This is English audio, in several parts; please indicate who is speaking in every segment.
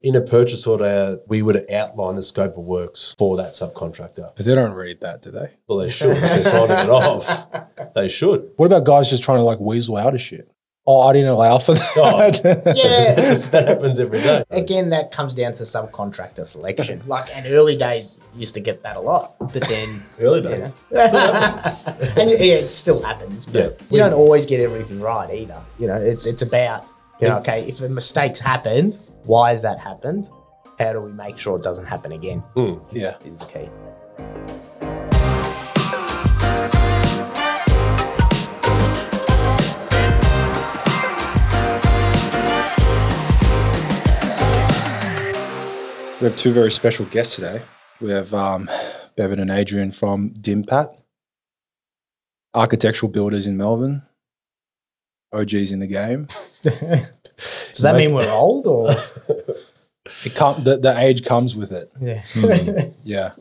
Speaker 1: In a purchase order, we would outline the scope of works for that subcontractor.
Speaker 2: Because they don't read that, do they?
Speaker 1: Well, they should. if They're signing it off. They should.
Speaker 2: What about guys just trying to like weasel out of shit? Oh, I didn't allow for that.
Speaker 3: Yeah.
Speaker 1: That happens every day.
Speaker 3: Again, that comes down to subcontractor selection. like, in early days, you used to get that a lot, but then
Speaker 1: Early days.
Speaker 3: and yeah, it still happens, but
Speaker 1: Yeah.
Speaker 3: you don't always get everything right either. You know, it's it's about you know, okay, if a mistake's happened, why has that happened? How do we make sure it doesn't happen again?
Speaker 2: yeah.
Speaker 3: Is the key.
Speaker 2: We have two very special guests today. We have um, Bevan and Adrian from Dimpat, architectural builders in Melbourne, OGs in the game.
Speaker 3: Does that mean we're old or
Speaker 2: It come, the, the age comes with it.
Speaker 3: yeah? Hmm.
Speaker 2: Yeah.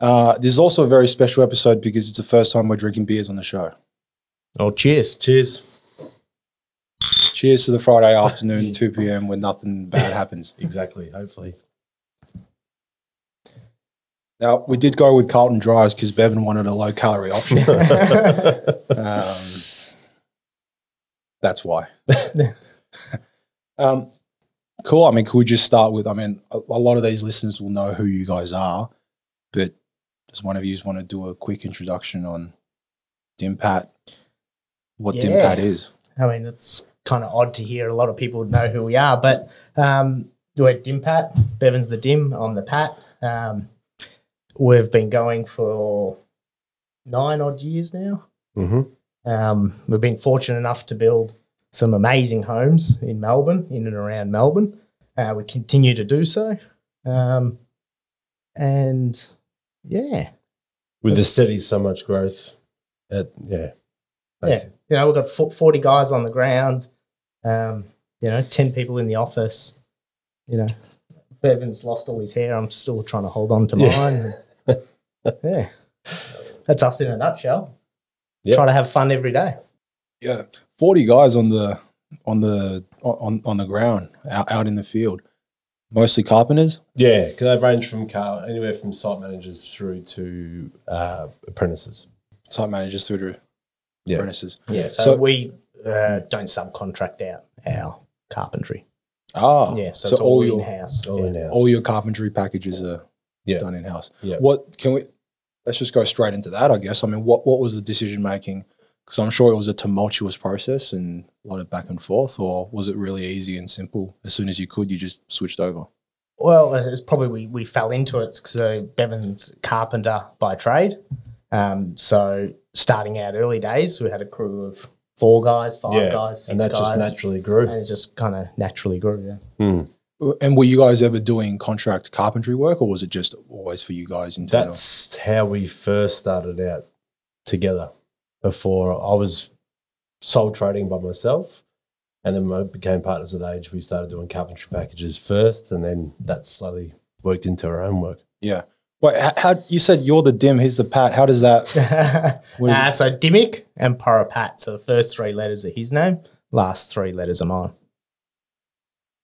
Speaker 2: Uh, this is also a very special episode because it's the first time we're drinking beers on the show.
Speaker 3: Oh, cheers!
Speaker 1: Cheers.
Speaker 2: Cheers to the Friday afternoon, 2 p.m., when nothing bad happens.
Speaker 1: Exactly. Hopefully.
Speaker 2: Now, we did go with Carlton Dries because Bevan wanted a low calorie option. um, that's why. um, cool. I mean, could we just start with? I mean, a, a lot of these listeners will know who you guys are, but does one of you want to do a quick introduction on Dimpat? What
Speaker 3: Yeah.
Speaker 2: Dimpat is?
Speaker 3: I mean, it's kind of odd to hear a lot of people know who we are, but um, we're Dim Pat. Bevan's the Dim, I'm the Pat. Um, we've been going for nine odd years now.
Speaker 1: Mm-hmm.
Speaker 3: Um, we've been fortunate enough to build some amazing homes in Melbourne, in and around Melbourne. Uh, we continue to do so. Um, and yeah,
Speaker 1: With the steady so much growth. At, yeah.
Speaker 3: yeah. You know, we've got fo- 40 guys on the ground, um, you know, 10 people in the office. You know, Bevan's lost all his hair. I'm still trying to hold on to
Speaker 1: Yeah.
Speaker 3: mine. yeah. That's us in a nutshell.
Speaker 1: Yep.
Speaker 3: Try to have fun every day.
Speaker 2: Yeah, forty guys on the on the on on the ground out, out in the field, mostly carpenters.
Speaker 1: Yeah, because I've ranged from car anywhere from site managers through to uh, apprentices.
Speaker 2: site managers through to
Speaker 1: Yeah.
Speaker 2: apprentices.
Speaker 3: Yeah. So,
Speaker 2: So-
Speaker 3: we uh, don't subcontract out our carpentry.
Speaker 2: Ah,
Speaker 3: Yeah. So,
Speaker 2: So
Speaker 3: it's all,
Speaker 2: all your-
Speaker 3: in house.
Speaker 1: All in house.
Speaker 2: all your carpentry packages are
Speaker 1: Yeah.
Speaker 2: done in house.
Speaker 1: Yeah.
Speaker 2: What can we? Let's just go straight into that, I guess. I mean, what what was the decision making? Because I'm sure it was a tumultuous process and a lot of back and forth, or was it really easy and simple? As soon as you could, you just switched over.
Speaker 3: Well, it's probably we, we fell into it. So Bevan's carpenter by trade. Um, so starting out early days, we had a crew of four guys, five
Speaker 1: yeah,
Speaker 3: guys, six
Speaker 1: and that
Speaker 3: guys,
Speaker 1: just naturally grew.
Speaker 3: and it just kind of naturally grew. Yeah.
Speaker 2: And were you guys ever doing contract carpentry work, or was it just always for you guys internal?
Speaker 1: That's how we first started out together. Before I was sole trading by myself, and then when I became partners at age. We started doing carpentry packages first, and then that slowly worked into our own work.
Speaker 2: yeah. Wait, how, how you said you're the dim, he's the pat. How does that? What is
Speaker 3: uh, so Dimmick and Poropat. So the first three letters are his name, last three letters are mine.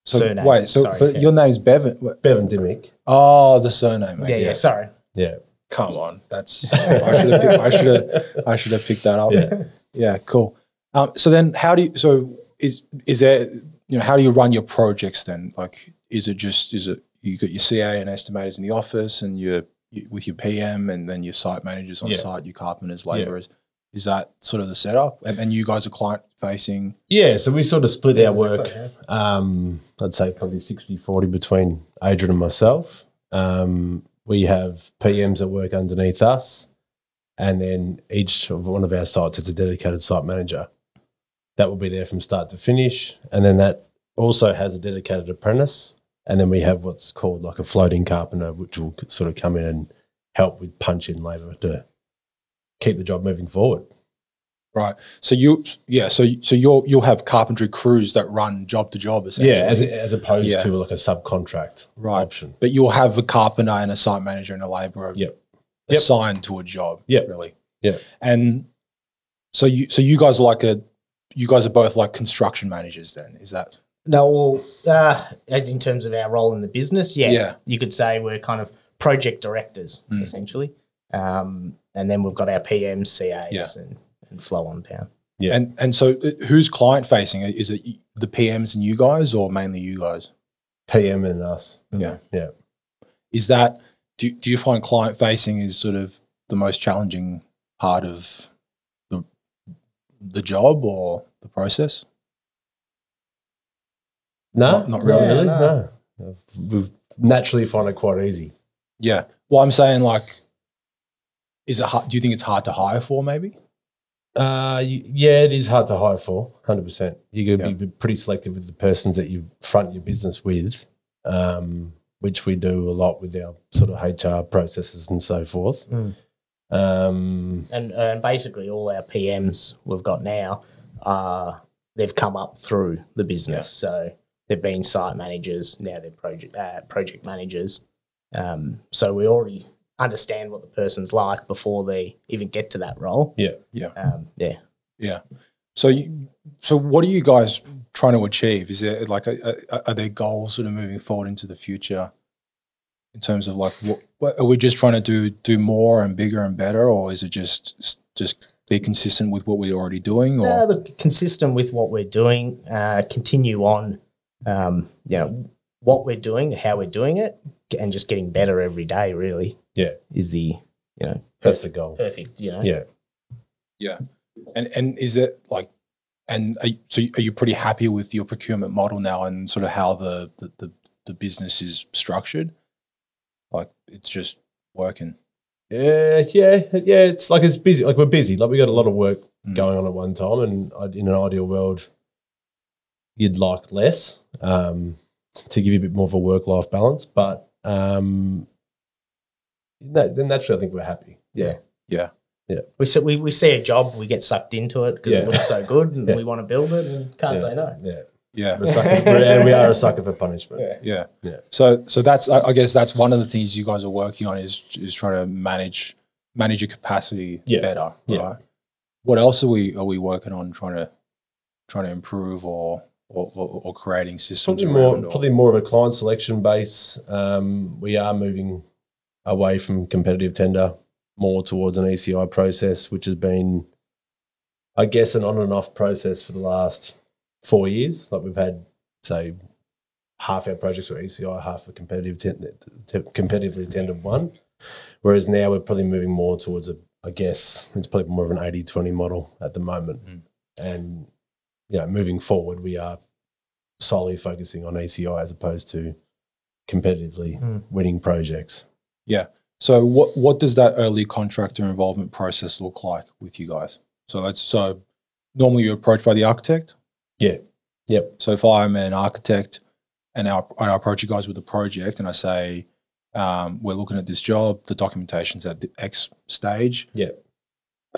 Speaker 2: So
Speaker 3: Surname,
Speaker 2: wait, so
Speaker 3: sorry,
Speaker 2: but
Speaker 3: yeah.
Speaker 2: your name's Bevan. wait,
Speaker 1: Bevan Dimmick.
Speaker 2: Oh, the surname.
Speaker 3: yeah,
Speaker 2: Okay.
Speaker 3: yeah. Sorry.
Speaker 1: Yeah,
Speaker 2: Come on, that's I should have picked, I should have I should have picked that up.
Speaker 1: Yeah.
Speaker 2: Yeah, cool. Um, so then, how do you? So is is there? You know, how do you run your projects then? Like, is it just is it you got your CA and estimators in the office and your you, with your PM and then your site managers on
Speaker 1: Yeah.
Speaker 2: site, your carpenters,
Speaker 1: Yeah.
Speaker 2: laborers. Is that sort of the setup? And, and you guys are client facing.
Speaker 1: yeah. So we sort of split our work.
Speaker 3: Exactly,
Speaker 1: um, I'd say probably 60 40 between Adrian and myself. Um, we have PMs that work underneath us, and then each of one of our sites has a dedicated site manager that will be there from start to finish. And then that also has a dedicated apprentice. And then we have what's called like a floating carpenter, which will sort of come in and help with punch in labor to keep the job moving forward.
Speaker 2: So you, yeah. So you- so you'll you'll have carpentry crews that run job to job. Essentially.
Speaker 1: Yeah, as, as opposed
Speaker 2: Yeah.
Speaker 1: to like a subcontract
Speaker 2: right.
Speaker 1: option.
Speaker 2: But you'll have a carpenter and a site manager and a labourer
Speaker 1: Yep. Yep.
Speaker 2: assigned to a job.
Speaker 1: Yep.
Speaker 2: Really.
Speaker 1: Yep.
Speaker 2: And so you so you guys are like a you guys are both like construction managers then, is that
Speaker 3: No, well, uh, as in terms of our role in the business, yeah,
Speaker 2: Yeah.
Speaker 3: you could say we're kind of project directors
Speaker 2: Mm.
Speaker 3: essentially, um, and then we've got our PMs, CAs,
Speaker 2: Yeah.
Speaker 3: and, and flow on down.
Speaker 1: Yeah.
Speaker 2: And and so uh, who's client facing? Is it y- the PMs and you guys, or mainly you guys?
Speaker 1: PM and us.
Speaker 2: Yeah.
Speaker 1: Yeah.
Speaker 2: Is that do do you find client facing is sort of the most challenging part of the the job or the process?
Speaker 1: No,
Speaker 2: Not- not really.
Speaker 1: really.
Speaker 3: Yeah,
Speaker 1: No. we naturally find it quite easy.
Speaker 2: Yeah. Well, I'm saying like, is it? hard- Do you think it's hard to hire for? Maybe.
Speaker 1: Uh, y- yeah, it is hard to hire for, hundred percent. You're gonna be pretty selective with the persons that you front your business with, um, which we do a lot with our sort of HR processes and so forth.
Speaker 3: Mm.
Speaker 1: Um,
Speaker 3: And and basically all our PMs we've got now are they've come up through the business, so they've been site managers now they're project uh, project managers. Um, so we already understand what the person's like before they even get to that role.
Speaker 1: Yeah.
Speaker 2: Yeah.
Speaker 3: um, yeah.
Speaker 2: So, you, so what are you guys trying to achieve? Is there like, a, a, are there goals sort of moving forward into the future, in terms of like, what, what are we just trying to do do more and bigger and better, or is it just just be consistent with what we're already doing? Or
Speaker 3: No, look, consistent with what we're doing, uh, continue on, um, you know, what we're doing, how we're doing it, and just getting better every day, really.
Speaker 1: Yeah.
Speaker 3: Is the, you know,
Speaker 1: that's the goal.
Speaker 3: perfect, you know.
Speaker 1: Yeah.
Speaker 2: and and is it like, and are, you- so are you pretty happy with your procurement model now and sort of how the the the, the business is structured? Like, it's just working.
Speaker 1: Yeah, yeah, yeah. It's like it's busy. Like we're busy. Like we got a lot of work
Speaker 2: Mm.
Speaker 1: going on at one time, and I- in an ideal world, you'd like less um, to give you a bit more of a work-life balance. But um, that, then naturally, I think we're happy. Yeah,
Speaker 3: We see, we, we see a job, we get sucked into it because
Speaker 1: Yeah.
Speaker 3: it looks so good and
Speaker 1: Yeah.
Speaker 3: we want to build it and can't
Speaker 1: Yeah.
Speaker 3: say no.
Speaker 1: yeah.
Speaker 2: Yeah.
Speaker 1: We're a sucker, we're- yeah, we are a sucker for punishment.
Speaker 3: Yeah.
Speaker 2: Yeah.
Speaker 1: Yeah.
Speaker 2: So so that's I I guess that's one of the things you guys are working on is is trying to manage manage your capacity
Speaker 1: Yeah.
Speaker 2: better.
Speaker 1: Yeah.
Speaker 2: Right. What else are we are we working on trying to trying to improve or or, or, or creating systems
Speaker 1: Probably more,
Speaker 2: around or-
Speaker 1: probably more of a client selection base. Um, we are moving away from competitive tender more towards an ECI process, which has been, I guess, an on and off process for the last four years. Like we've had, say, half our projects were ECI, half were competitive ten- te- competitively tendered one. Whereas now we're probably moving more towards a, I guess, it's probably more of an 80 20 model at the moment.
Speaker 2: Mm.
Speaker 1: And, you know, moving forward, we are solely focusing on ECI as opposed to competitively
Speaker 3: Mm.
Speaker 1: winning projects.
Speaker 2: So what what does that early contractor involvement process look like with you guys? So that's so normally you're approached by the architect.
Speaker 1: Yeah. Yep.
Speaker 2: So if I'm an architect and I, and I approach you guys with a project and I say um, we're looking at this job, the documentation's at the X stage.
Speaker 1: Yeah.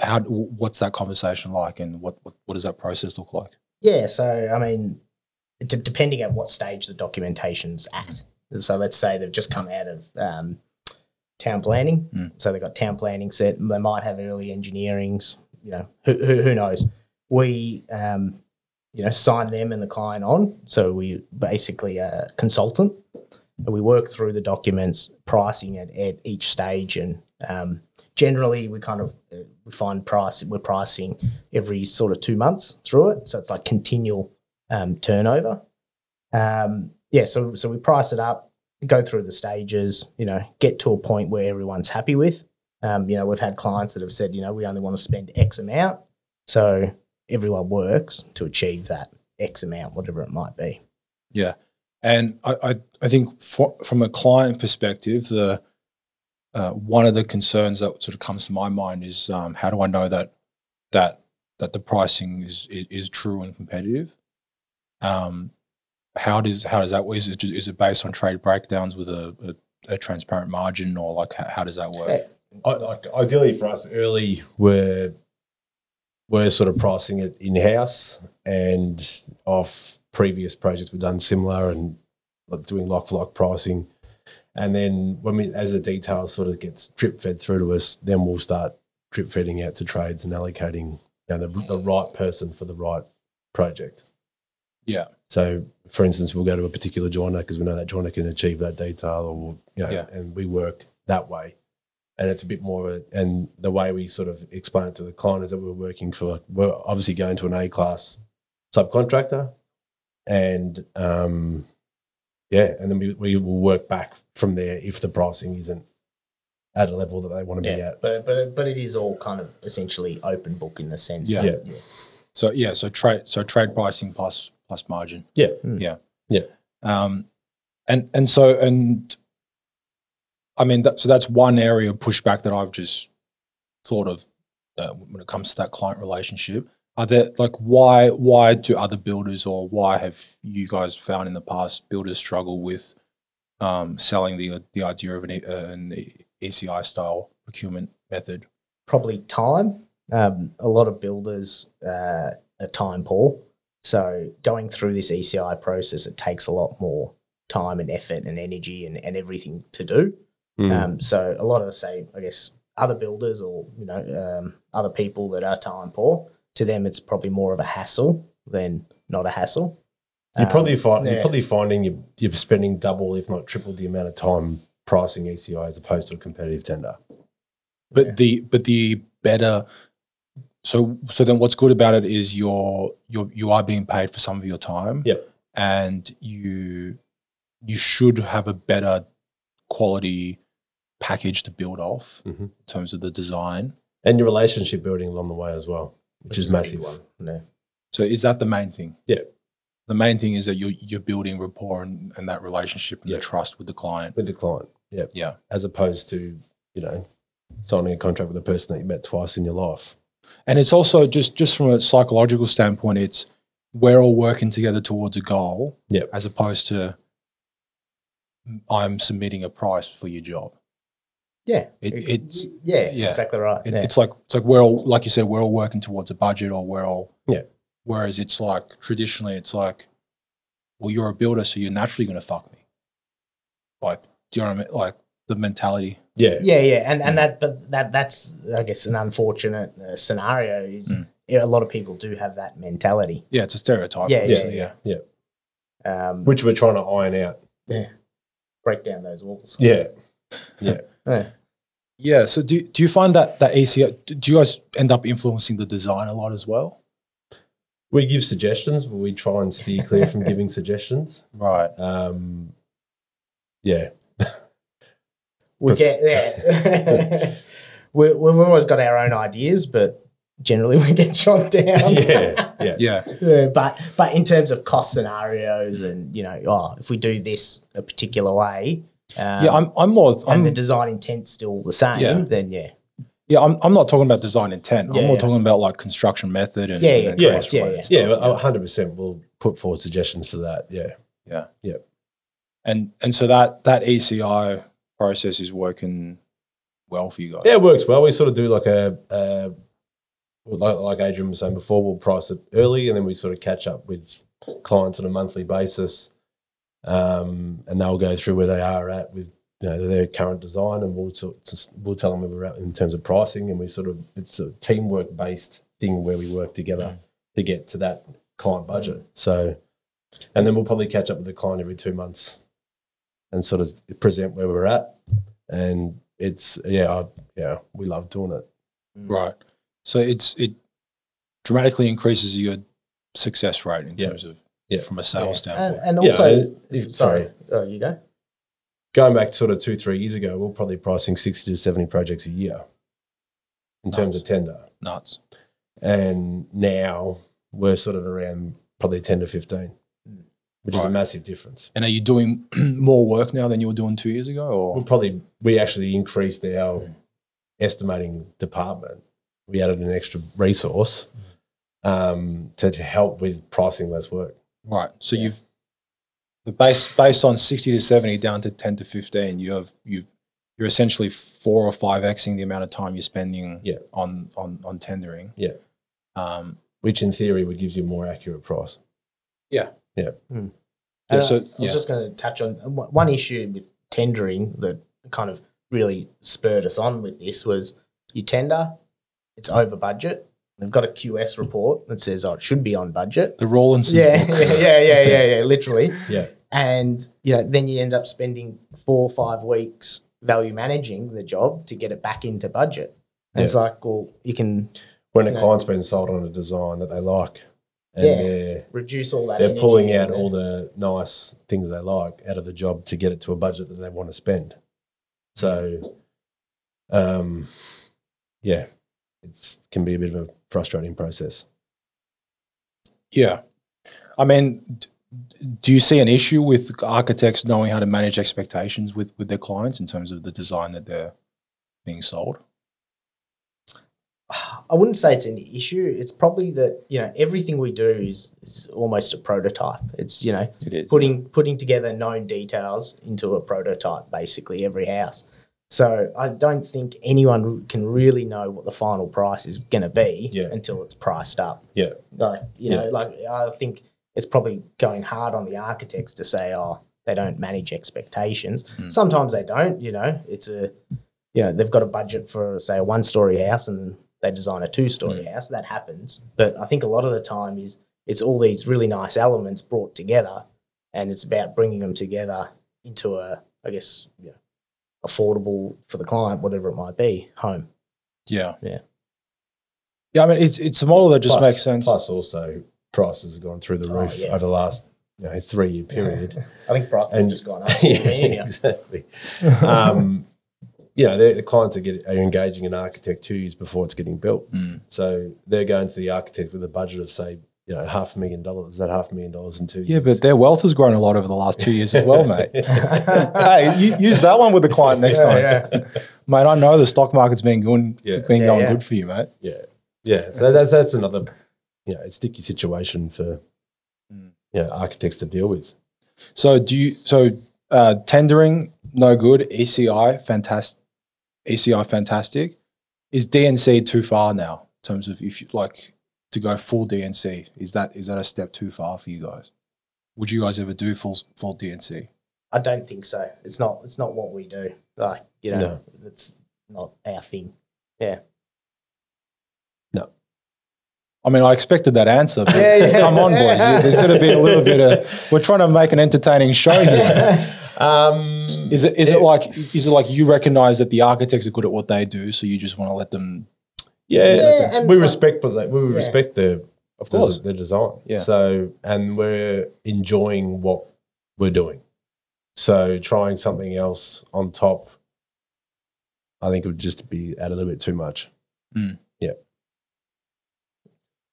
Speaker 2: How what's that conversation like, and what what, what does that process look like?
Speaker 3: Yeah, so I mean, d- depending at what stage the documentation's at. So let's say they've just come out of um, town planning,
Speaker 2: Mm.
Speaker 3: so they've got town planning set. and They might have early engineerings, you know, who, who, who knows? We, um, you know, sign them and the client on. So we basically a consultant, and we work through the documents, pricing at, at each stage, and um, generally we kind of uh, we find price we're pricing every sort of two months through it. So it's like continual um, turnover. Um, yeah, so so we price it up, go through the stages, you know, get to a point where everyone's happy with. Um, you know, we've had clients that have said, you know, we only want to spend X amount. So everyone works to achieve that X amount, whatever it might be.
Speaker 2: And I, I, I think for, from a client perspective, the uh, one of the concerns that sort of comes to my mind is um, how do I know that that that the pricing is is, is true and competitive? Um, how does how does that is it ju- is it based on trade breakdowns with a, a, a transparent margin or like how, how does that work?
Speaker 3: Yeah.
Speaker 1: I, like ideally for us early, we're we're sort of pricing it in house and off previous projects we've done similar and like doing lock for lock pricing. And then when we as the detail sort of gets drip fed through to us, then we'll start drip feeding out to trades and allocating you know, the, the right person for the right project.
Speaker 2: Yeah.
Speaker 1: So, for instance, we'll go to a particular joiner because we know that joiner can achieve that detail, or you know,
Speaker 2: Yeah.
Speaker 1: and we work that way. And it's a bit more, of a, and the way we sort of explain it to the client is that we're working for, we're obviously going to an A class subcontractor, and um, yeah, and then we, we will work back from there if the pricing isn't at a level that they want to be
Speaker 3: Yeah,
Speaker 1: at.
Speaker 3: but but but it is all kind of essentially open book in the sense
Speaker 2: Yeah.
Speaker 3: that yeah.
Speaker 2: So yeah, so trade so trade pricing plus plus margin.
Speaker 1: Yeah.
Speaker 3: Mm.
Speaker 2: Yeah.
Speaker 1: Yeah.
Speaker 2: Um and and so and I mean that so that's one area of pushback that I've just thought of uh, when it comes to that client relationship. Are there like why why do other builders or why have you guys found in the past builders struggle with um, selling the the idea of an, E- uh, an ECI style procurement method?
Speaker 3: probably time. Um, a lot of builders uh, are time poor, so going through this ECI process it takes a lot more time and effort and energy and, and everything to do.
Speaker 2: Mm.
Speaker 3: Um, so a lot of say, I guess, other builders or you know um, other people that are time poor, to them it's probably more of a hassle than not a hassle.
Speaker 1: You're probably
Speaker 3: Um,
Speaker 1: find,
Speaker 3: yeah.
Speaker 1: you're probably finding you're, you're spending double, if not triple, the amount of time pricing ECI as opposed to a competitive tender.
Speaker 2: But
Speaker 3: Yeah.
Speaker 2: the but the better. So so then, what's good about it is you're you're you are being paid for some of your time.
Speaker 1: Yep.
Speaker 2: And you you should have a better quality package to build off
Speaker 1: Mhm.
Speaker 2: in terms of the design.
Speaker 1: And your relationship building along the way as well, which, is,
Speaker 3: Um, a
Speaker 1: massive.
Speaker 3: big one. Yeah.
Speaker 2: So is that the main thing?
Speaker 1: Yeah.
Speaker 2: The main thing is that you're you're building rapport and, and that relationship and
Speaker 1: Yeah.
Speaker 2: the trust with the client.
Speaker 1: with the client. Yeah.
Speaker 2: Yeah.
Speaker 1: As opposed to, you know, signing a contract with a person that you met twice in your life.
Speaker 2: And it's also just just from a psychological standpoint, it's we're all working together towards a goal,
Speaker 1: Yep.
Speaker 2: as opposed to I'm submitting a price for your job.
Speaker 3: Yeah,
Speaker 2: It, it's
Speaker 3: yeah,
Speaker 2: yeah.
Speaker 3: exactly right.
Speaker 2: it,
Speaker 3: yeah.
Speaker 2: it's like it's like we're all like you said we're all working towards a budget or we're all
Speaker 1: Yeah.
Speaker 2: Whereas it's like traditionally it's like, well, you're a builder, so you're naturally going to fuck me. Like, do you know what I mean? Like the mentality.
Speaker 1: Yeah.
Speaker 3: yeah, yeah, and and that but that that's I guess an unfortunate uh, scenario is
Speaker 2: Mm.
Speaker 3: yeah, a lot of people do have that mentality.
Speaker 2: Yeah, it's a stereotype.
Speaker 3: Yeah, yeah,
Speaker 2: obviously,
Speaker 3: yeah. Um,
Speaker 1: Which we're trying to iron out.
Speaker 3: break down those walls.
Speaker 1: Yeah.
Speaker 2: Yeah. So do do you find that that ACI do you guys end up influencing the design a lot as well?
Speaker 1: We give suggestions, but we try and steer clear from giving suggestions.
Speaker 2: Right.
Speaker 1: Um, yeah.
Speaker 3: We
Speaker 1: Pref-
Speaker 3: get yeah. we, we've always got our own ideas, but generally we get shot down.
Speaker 1: Yeah. Yeah.
Speaker 2: Yeah.
Speaker 3: Yeah, but but in terms of cost scenarios and you know, oh, if we do this a particular way, um,
Speaker 2: yeah. I'm I'm more
Speaker 3: and the
Speaker 2: I'm,
Speaker 3: design intent's still the same,
Speaker 2: Yeah.
Speaker 3: then yeah,
Speaker 2: yeah, I'm I'm not talking about design intent.
Speaker 3: Yeah,
Speaker 2: I'm more
Speaker 3: yeah.
Speaker 2: talking about like construction method and
Speaker 3: Yeah, yeah,
Speaker 2: and
Speaker 1: yeah,
Speaker 2: cost
Speaker 3: yeah,
Speaker 2: rate and
Speaker 1: Yeah.
Speaker 2: stuff,
Speaker 1: well, 100% we'll put forward suggestions for that. Yeah.
Speaker 2: And and so that that ECI process is working well for you guys.
Speaker 1: Yeah, it works well. We sort of do like a, a like, like Adrian was saying before, we'll price it early and then we sort of catch up with clients on a monthly basis. Um, and they'll go through where they are at with you know, their current design and we'll, sort just, we'll tell them where we're at in terms of pricing. And we sort of, it's a teamwork based thing where we work together to get to that client budget. So, and then we'll probably catch up with the client every two months and sort of present where we're at. And it's, yeah, I, yeah, we love doing it.
Speaker 2: Mm. Right. So it's it dramatically increases your success rate in
Speaker 1: Yeah.
Speaker 2: terms of
Speaker 1: Yeah.
Speaker 2: from a sales
Speaker 3: and,
Speaker 2: standpoint.
Speaker 3: and also,
Speaker 1: yeah, if-
Speaker 3: sorry,
Speaker 1: sorry.
Speaker 3: oh, you go.
Speaker 1: Going back sort of two, three years ago, we we're probably pricing 60 to 70 projects a year in terms
Speaker 2: Nice.
Speaker 1: of tender.
Speaker 2: Nuts.
Speaker 1: And now we're sort of around probably 10 to 15,
Speaker 3: Mm.
Speaker 1: which is a
Speaker 2: Right.
Speaker 1: massive difference.
Speaker 2: And are you doing more work now than you were doing two years ago?
Speaker 1: We
Speaker 2: Or
Speaker 1: probably, we actually increased our estimating department. We added an extra resource um, to, to help with pricing less work.
Speaker 2: right. So you've the base based on sixty to seventy down to ten to fifteen, you have you you're essentially four or five Xing the amount of time you're spending
Speaker 1: Yeah.
Speaker 2: on, on on tendering.
Speaker 1: Yeah.
Speaker 2: Um
Speaker 1: Which in theory would give you a more accurate price.
Speaker 2: Yeah,
Speaker 3: And Uh, I-
Speaker 2: so-
Speaker 3: I was
Speaker 2: yeah.
Speaker 3: just going to touch on and one one issue with tendering that kind of really spurred us on with this was you tender, it's over budget, They've got a QS report that says, oh, it should be on budget.
Speaker 2: The Rawlinson.
Speaker 3: Yeah, yeah, yeah, yeah, yeah, yeah, literally.
Speaker 1: Yeah.
Speaker 3: And, you know, then you end up spending four or five weeks value managing the job to get it back into budget. And It's like, well, you can
Speaker 1: When a
Speaker 3: Yeah.
Speaker 1: client's been sold on a design that they like and
Speaker 3: Yeah.
Speaker 1: they're
Speaker 3: reduce all that.
Speaker 1: they're
Speaker 3: energy
Speaker 1: pulling out
Speaker 3: and
Speaker 1: all the nice things they like out of the job to get it to a budget that they want to spend. So, um, yeah, it's can be a bit of a frustrating process.
Speaker 2: Yeah. I mean, d- do you see an issue with architects knowing how to manage expectations with, with their clients in terms of the design that they're being sold?
Speaker 3: I wouldn't say it's an issue. It's probably that you know everything we do is is almost a prototype. It's you know
Speaker 2: It is.
Speaker 3: putting putting together known details into a prototype. Basically, every house. So I don't think anyone can really know what the final price is going to be
Speaker 1: Yeah.
Speaker 3: until it's priced up.
Speaker 1: Yeah.
Speaker 3: Like you know,
Speaker 1: Yeah.
Speaker 3: like I think it's probably going hard on the architects to say, oh, they don't manage expectations.
Speaker 1: Hmm.
Speaker 2: Mm.
Speaker 3: Sometimes they don't. You know, it's a you know they've got a budget for say a one story house and they design a two story house that happens but i think a lot of the time is it's all these really nice elements brought together and it's about bringing them together into a i guess yeah, affordable for the client whatever it might be home
Speaker 2: Yeah.
Speaker 3: Yeah.
Speaker 2: Yeah. I mean, it's, it's a model that just
Speaker 1: Plus-
Speaker 2: makes sense.
Speaker 1: Plus, also prices have gone through the
Speaker 3: Oh,
Speaker 1: roof
Speaker 3: yeah.
Speaker 1: over the last you know, three year period.
Speaker 3: i think prices have
Speaker 1: And-
Speaker 3: just gone up
Speaker 1: yeah, exactly. um, you know, the, the clients are, get, are engaging an architect two years before it's getting built.
Speaker 2: Mm.
Speaker 1: So they're going to the architect with a budget of, say, you know, half a million dollars, that half a million dollars in two
Speaker 2: Yeah,
Speaker 1: years.
Speaker 2: but their wealth has grown a lot over the last two years as well, mate. hey, you, use that one with the client next time, mate. I know the stock market's been going,
Speaker 1: Yeah.
Speaker 2: been
Speaker 3: Yeah,
Speaker 2: going
Speaker 3: yeah.
Speaker 2: good for you, mate.
Speaker 1: yeah, yeah. So that's that's another, you know, sticky situation for,
Speaker 3: Hmm.
Speaker 2: Mm.
Speaker 1: you know, architects to deal with.
Speaker 2: So do you? So uh, tendering, no good. ECI, fantastic. ECI, fantastic. Is DNC too far now in terms of if you like to go full DNC? Is that is that a step too far for you guys? Would you guys ever do full full DNC?
Speaker 3: i don't think so it's not it's not what we do like you know
Speaker 1: No.
Speaker 3: it's not our thing
Speaker 2: I mean, I expected that answer. But
Speaker 3: Yeah, yeah.
Speaker 2: come on, boys. There's going to be a little bit of. We're trying to make an entertaining
Speaker 3: Oh,
Speaker 2: show here.
Speaker 1: Um,
Speaker 2: Is it is it like is it like you recognize that the architects are good at what they do, so you just want to let them?
Speaker 1: yeah,
Speaker 3: Yeah, and uh,
Speaker 1: we
Speaker 3: like-
Speaker 1: respect, but like, we respect the
Speaker 2: Of
Speaker 1: the, the design.
Speaker 2: Yeah.
Speaker 1: So, and we're enjoying what we're doing. So, trying something else on top, I think it would just be add a little bit too much.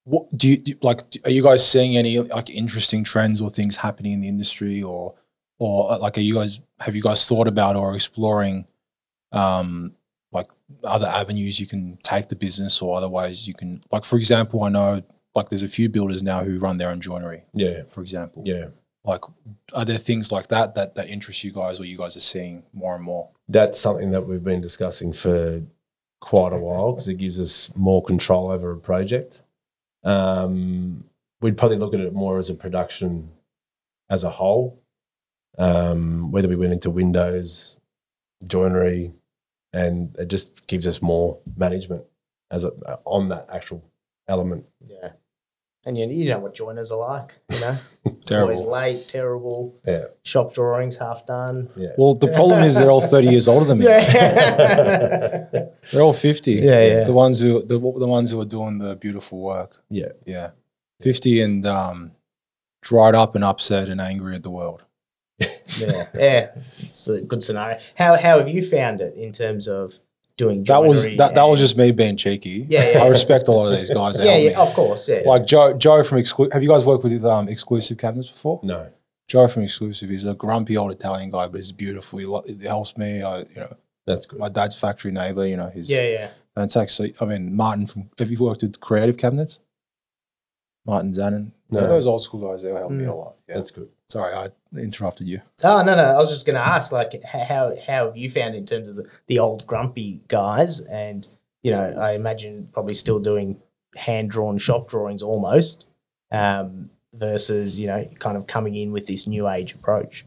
Speaker 2: What do you do, like? do- Are you guys seeing any like interesting trends or things happening in the industry, or or uh, like are you guys have you guys thought about or exploring, um, like other avenues you can take the business or other ways you can like for example, I know like there's a few builders now who run their own joinery,
Speaker 1: Yeah.
Speaker 2: for example.
Speaker 1: Yeah.
Speaker 2: Like, are there things like that that that interest you guys, or you guys are seeing more and more?
Speaker 1: That's something that we've been discussing for quite a while because it gives us more control over a project. Um, we'd probably look at it more as a production as a whole, um, whether we went into windows, joinery, and it just gives us more management as a, on that actual element.
Speaker 3: yeah and you, you know what joiners are like you know always late terrible
Speaker 1: Yeah.
Speaker 3: shop drawings half done
Speaker 1: Yeah.
Speaker 2: Well, the problem is they're all 30 years older than me.
Speaker 3: yeah.
Speaker 2: They're all 50.
Speaker 3: Yeah, yeah.
Speaker 2: The ones who the, the ones who are doing the beautiful work.
Speaker 1: Yeah.
Speaker 2: Yeah. 50 and um, dried up and upset and angry at the world.
Speaker 3: yeah, yeah. It's a good scenario. How how have you found it in terms of doing?
Speaker 2: That was
Speaker 3: joinery
Speaker 2: that, that was
Speaker 3: and-
Speaker 2: just me being cheeky.
Speaker 3: Yeah, yeah.
Speaker 2: I respect a lot of these guys. That
Speaker 3: yeah,
Speaker 2: help me.
Speaker 3: yeah. Of course, yeah.
Speaker 2: Like Joe, Joe from Exclusive. Have you guys worked with um, Exclusive Cabinets before?
Speaker 1: no.
Speaker 2: Joe from Exclusive is a grumpy old Italian guy, but he's beautiful. He, lo- he helps me. I, you know,
Speaker 1: That's good.
Speaker 2: my dad's factory neighbor. You know, he's
Speaker 3: yeah, yeah.
Speaker 2: Fantastic. So, I mean, Martin from have you worked with Creative Cabinets? Martin Zanin.
Speaker 1: No.
Speaker 2: Those old school guys, they helped me
Speaker 3: Mm.
Speaker 2: a lot. Yeah.
Speaker 1: That's good.
Speaker 2: Sorry, I interrupted you.
Speaker 3: Oh no, no. I was just going to ask, like, h- how how have you found in terms of the, the old grumpy guys, and you know, I imagine probably still doing hand drawn shop drawings almost, um, versus you know, kind of coming in with this new age approach.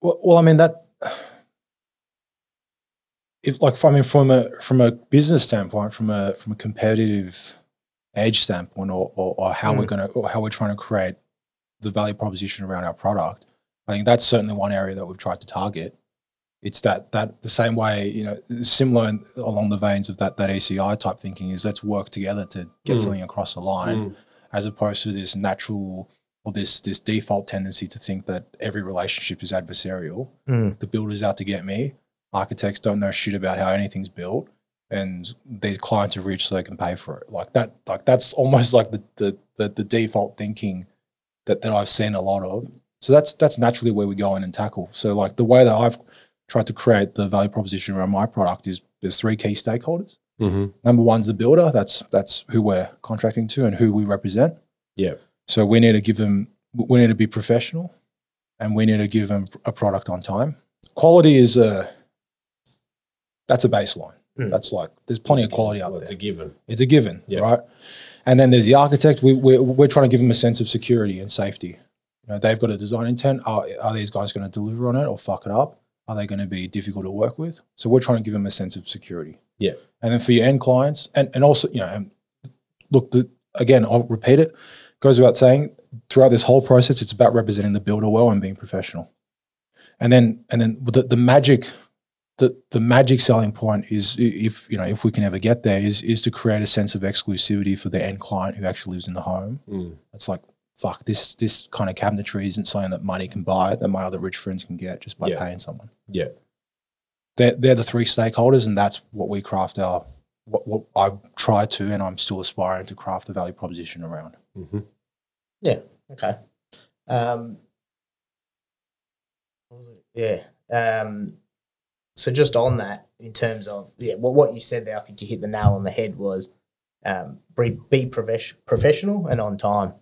Speaker 2: Well, well I mean that if like from I mean, from a from a business standpoint, from a from a competitive edge standpoint, or or, or how we're gonna or how we're trying to create the value proposition around our product, I think that's certainly one area that we've tried to target. It's that that the same way you know similar in, along the veins of that that ACI type thinking is let's work together to get
Speaker 1: Mm.
Speaker 2: something across the line as opposed to this natural or this this default tendency to think that every relationship is adversarial.
Speaker 3: Mm.
Speaker 2: The builder's out to get me. Architects don't know shit about how anything's built, and these clients are rich so they can pay for it. Like that, like that's almost like the the the, the default thinking that that I've seen a lot of. So that's that's naturally where we go in and tackle. So like the way that I've tried to create the value proposition around my product is there's three key stakeholders
Speaker 1: Mm-hmm.
Speaker 2: number one's the builder. That's that's who we're contracting to and who we represent.
Speaker 1: Yeah.
Speaker 2: So we need to give them. We need to be professional, and we need to give them a product on time. Quality is a. That's a baseline.
Speaker 3: Mm.
Speaker 2: That's like there's plenty of quality out
Speaker 1: well,
Speaker 2: there.
Speaker 1: It's a given.
Speaker 2: It's a given,
Speaker 1: Yeah.
Speaker 2: right? And then there's the architect. We, we're, we're trying to give them a sense of security and safety. You know, they've got a design intent. Are, are these guys going to deliver on it or fuck it up? Are they going to be difficult to work with? So we're trying to give them a sense of security.
Speaker 1: Yeah.
Speaker 2: And then for your end clients, and, and also, you know, and look, the, again, I'll repeat it. Goes without saying, throughout this whole process, it's about representing the builder well and being professional. And then, and then the, the magic the the magic selling point is i- if you know if we can ever get there is is to create a sense of exclusivity for the end client who actually lives in the home.
Speaker 1: Mm.
Speaker 2: It's like fuck this this kind of cabinetry isn't something that money can buy that my other rich friends can get just by
Speaker 1: Yeah.
Speaker 2: paying someone.
Speaker 1: Yeah.
Speaker 2: They're they're the three stakeholders, and that's what we craft our what, what I've tried to, and I'm still aspiring to craft the value proposition around.
Speaker 1: Mm-hmm.
Speaker 3: Okay. Um, what was it? yeah. Um, so just on that, in terms of yeah, what what you said there, I think you hit the nail on the head. Was um, be, be profesh- professional and on time,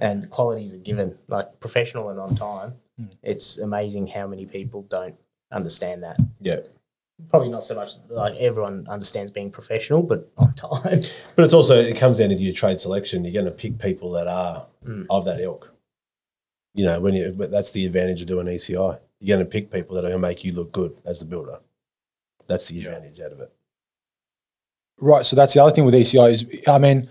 Speaker 3: and qualities are given like professional and on time.
Speaker 2: Mm.
Speaker 3: It's amazing how many people don't understand that.
Speaker 1: Yeah.
Speaker 3: Probably not so much like everyone understands being professional, but on time.
Speaker 1: But it's also it comes down to your trade selection. You're going to pick people that are
Speaker 3: Mm.
Speaker 1: of that ilk. You know, when you but that's the advantage of doing ECI. You're going to pick people that are going to make you look good as the builder. That's the advantage out of it.
Speaker 2: Right. So that's the other thing with ECI is I mean,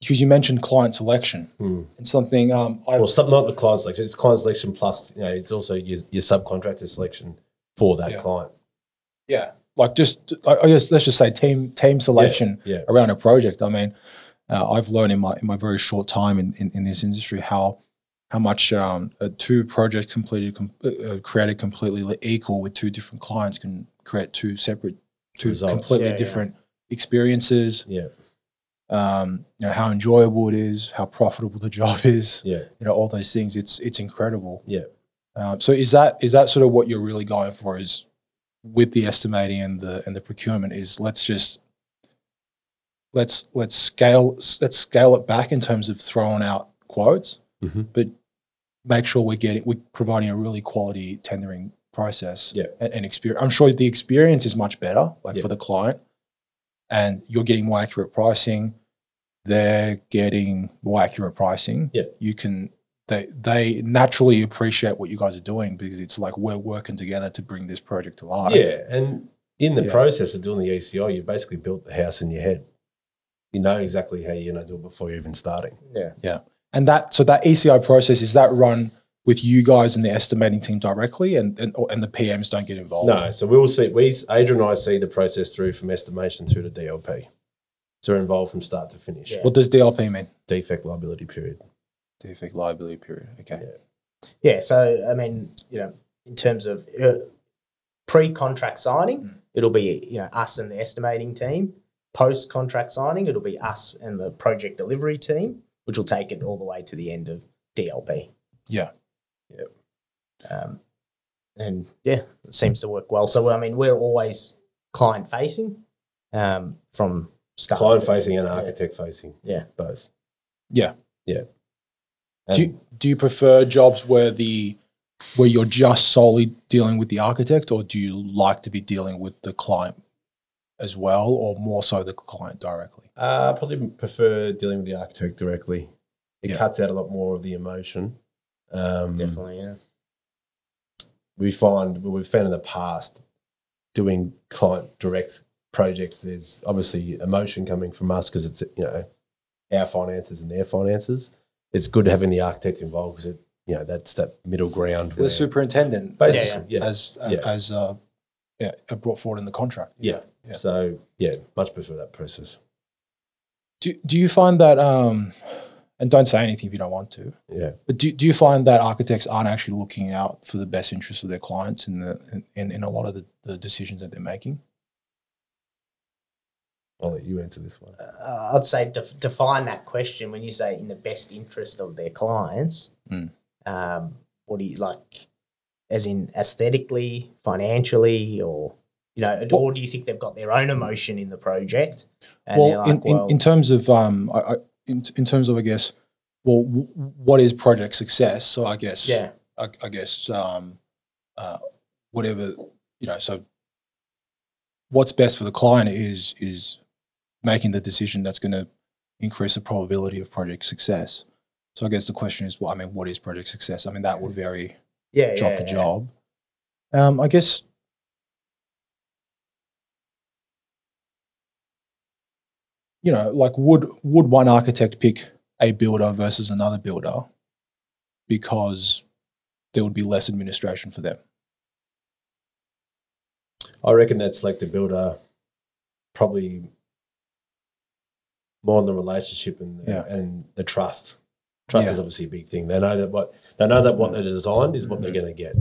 Speaker 2: because you mentioned client selection
Speaker 1: Mm.
Speaker 2: and something um, I
Speaker 1: Well, some, not the client selection. It's client selection plus you know it's also your, your subcontractor selection for that
Speaker 2: Yeah.
Speaker 1: client.
Speaker 2: yeah like just I I guess let's just say team team selection
Speaker 1: Yeah.
Speaker 2: around a project i mean uh, i've learned in my in my very short time in, in, in this industry how how much um, uh, two projects completed com- uh, uh, created completely equal with two different clients can create two separate two
Speaker 1: Results.
Speaker 2: completely
Speaker 3: Yeah, yeah.
Speaker 2: different experiences
Speaker 1: Yeah.
Speaker 2: um, you know how enjoyable it is how profitable the job is
Speaker 1: Yeah.
Speaker 2: you know all those things it's it's incredible
Speaker 1: Yeah.
Speaker 2: um, so is that is that sort of what you're really going for is with the estimating and the and the procurement is let's just let's let's scale let's scale it back in terms of throwing out quotes
Speaker 1: Mhm.
Speaker 2: but make sure we're getting we're providing a really quality tendering process
Speaker 1: Yeah.
Speaker 2: and, and experience i'm sure the experience is much better like
Speaker 1: Yeah.
Speaker 2: for the client and you're getting more accurate pricing they're getting more accurate pricing
Speaker 1: Yeah.
Speaker 2: you can they they naturally appreciate what you guys are doing because it's like we're working together to bring this project to life.
Speaker 1: Yeah, and in the
Speaker 2: Yeah.
Speaker 1: process of doing the E ECI, you basically built the house in your head. You know exactly how you're going to do it before you're even starting.
Speaker 3: yeah.
Speaker 2: And that so that ECI process is that run with you guys and the estimating team directly, and and, and the PMs don't get involved.
Speaker 1: No, so we will see. We Adrian and I see the process through from estimation through to DLP. So we're involved from start to finish.
Speaker 3: Yeah.
Speaker 2: What does DLP mean?
Speaker 1: Defect liability period.
Speaker 2: Defect liability period. Okay.
Speaker 3: Yeah, so I mean, you know, in terms of uh, pre-contract signing, it'll be you know us and the estimating team. Post-contract signing, it'll be us and the project delivery team, which will take it all the way to the end of DLP.
Speaker 2: Yeah.
Speaker 1: Yep.
Speaker 3: Um, and yeah, it seems to work well. So I mean, we're always client-facing um, from start.
Speaker 1: Client
Speaker 3: to-
Speaker 1: facing and
Speaker 3: Yeah.
Speaker 1: architect facing.
Speaker 3: Yeah.
Speaker 1: Both.
Speaker 2: Yeah.
Speaker 1: Yeah.
Speaker 2: Do
Speaker 1: And
Speaker 2: you, do you prefer jobs where the where you're just solely dealing with the architect, or do you like to be dealing with the client as well, or more so the client directly?
Speaker 1: uh, I probably prefer dealing with the architect directly. It
Speaker 2: Yeah.
Speaker 1: cuts out a lot more of the emotion. Um,
Speaker 3: Definitely, yeah.
Speaker 1: we find well, we've found in the past doing client direct projects, there's obviously emotion coming from us because it's you know our finances and their finances. It's good having the architect involved because it you know that's that middle ground.
Speaker 2: The superintendent,
Speaker 1: Yeah,
Speaker 2: basically,
Speaker 1: yeah.
Speaker 2: as
Speaker 1: Yeah.
Speaker 2: as uh, yeah, uh, brought forward in the contract.
Speaker 1: Yeah.
Speaker 2: yeah.
Speaker 1: So yeah, much prefer that process.
Speaker 2: Do do you find that? Um, and don't say anything if you don't want to.
Speaker 1: Yeah.
Speaker 2: But do, do you find that architects aren't actually looking out for the best interests of their clients in the in- in, in a lot of the, the decisions that they're making?
Speaker 1: I'll let you answer this one.
Speaker 3: uh, I'd say def- define that question when you say in the best interest of their clients.
Speaker 2: Mm.
Speaker 3: Um, what do you like, as in aesthetically, financially, or you know,
Speaker 2: Well-
Speaker 3: or do you think they've got their own emotion in the project? And they're
Speaker 2: well,
Speaker 3: like,
Speaker 2: in, in, in terms of um, I, I, in, in terms of I guess, well, w- what is project success? So I guess
Speaker 3: yeah,
Speaker 2: I, I guess um, uh, whatever you know. So what's best for the client is is making the decision that's going to increase the probability of project success. So I guess the question is, well, I mean, what is project success? I mean, that would
Speaker 3: Mm.
Speaker 2: vary
Speaker 3: yeah,
Speaker 2: job
Speaker 3: yeah,
Speaker 2: to
Speaker 3: yeah.
Speaker 2: job. Um, I guess. You know, like would would one architect pick a builder versus another builder because there would be less administration for them?
Speaker 1: I reckon that's like the builder, probably more on the relationship and
Speaker 2: Yeah.
Speaker 1: and the trust. Trust
Speaker 2: Yeah. Mm.
Speaker 1: is obviously a big thing. They know that what they know that what they designed is what they're going to get.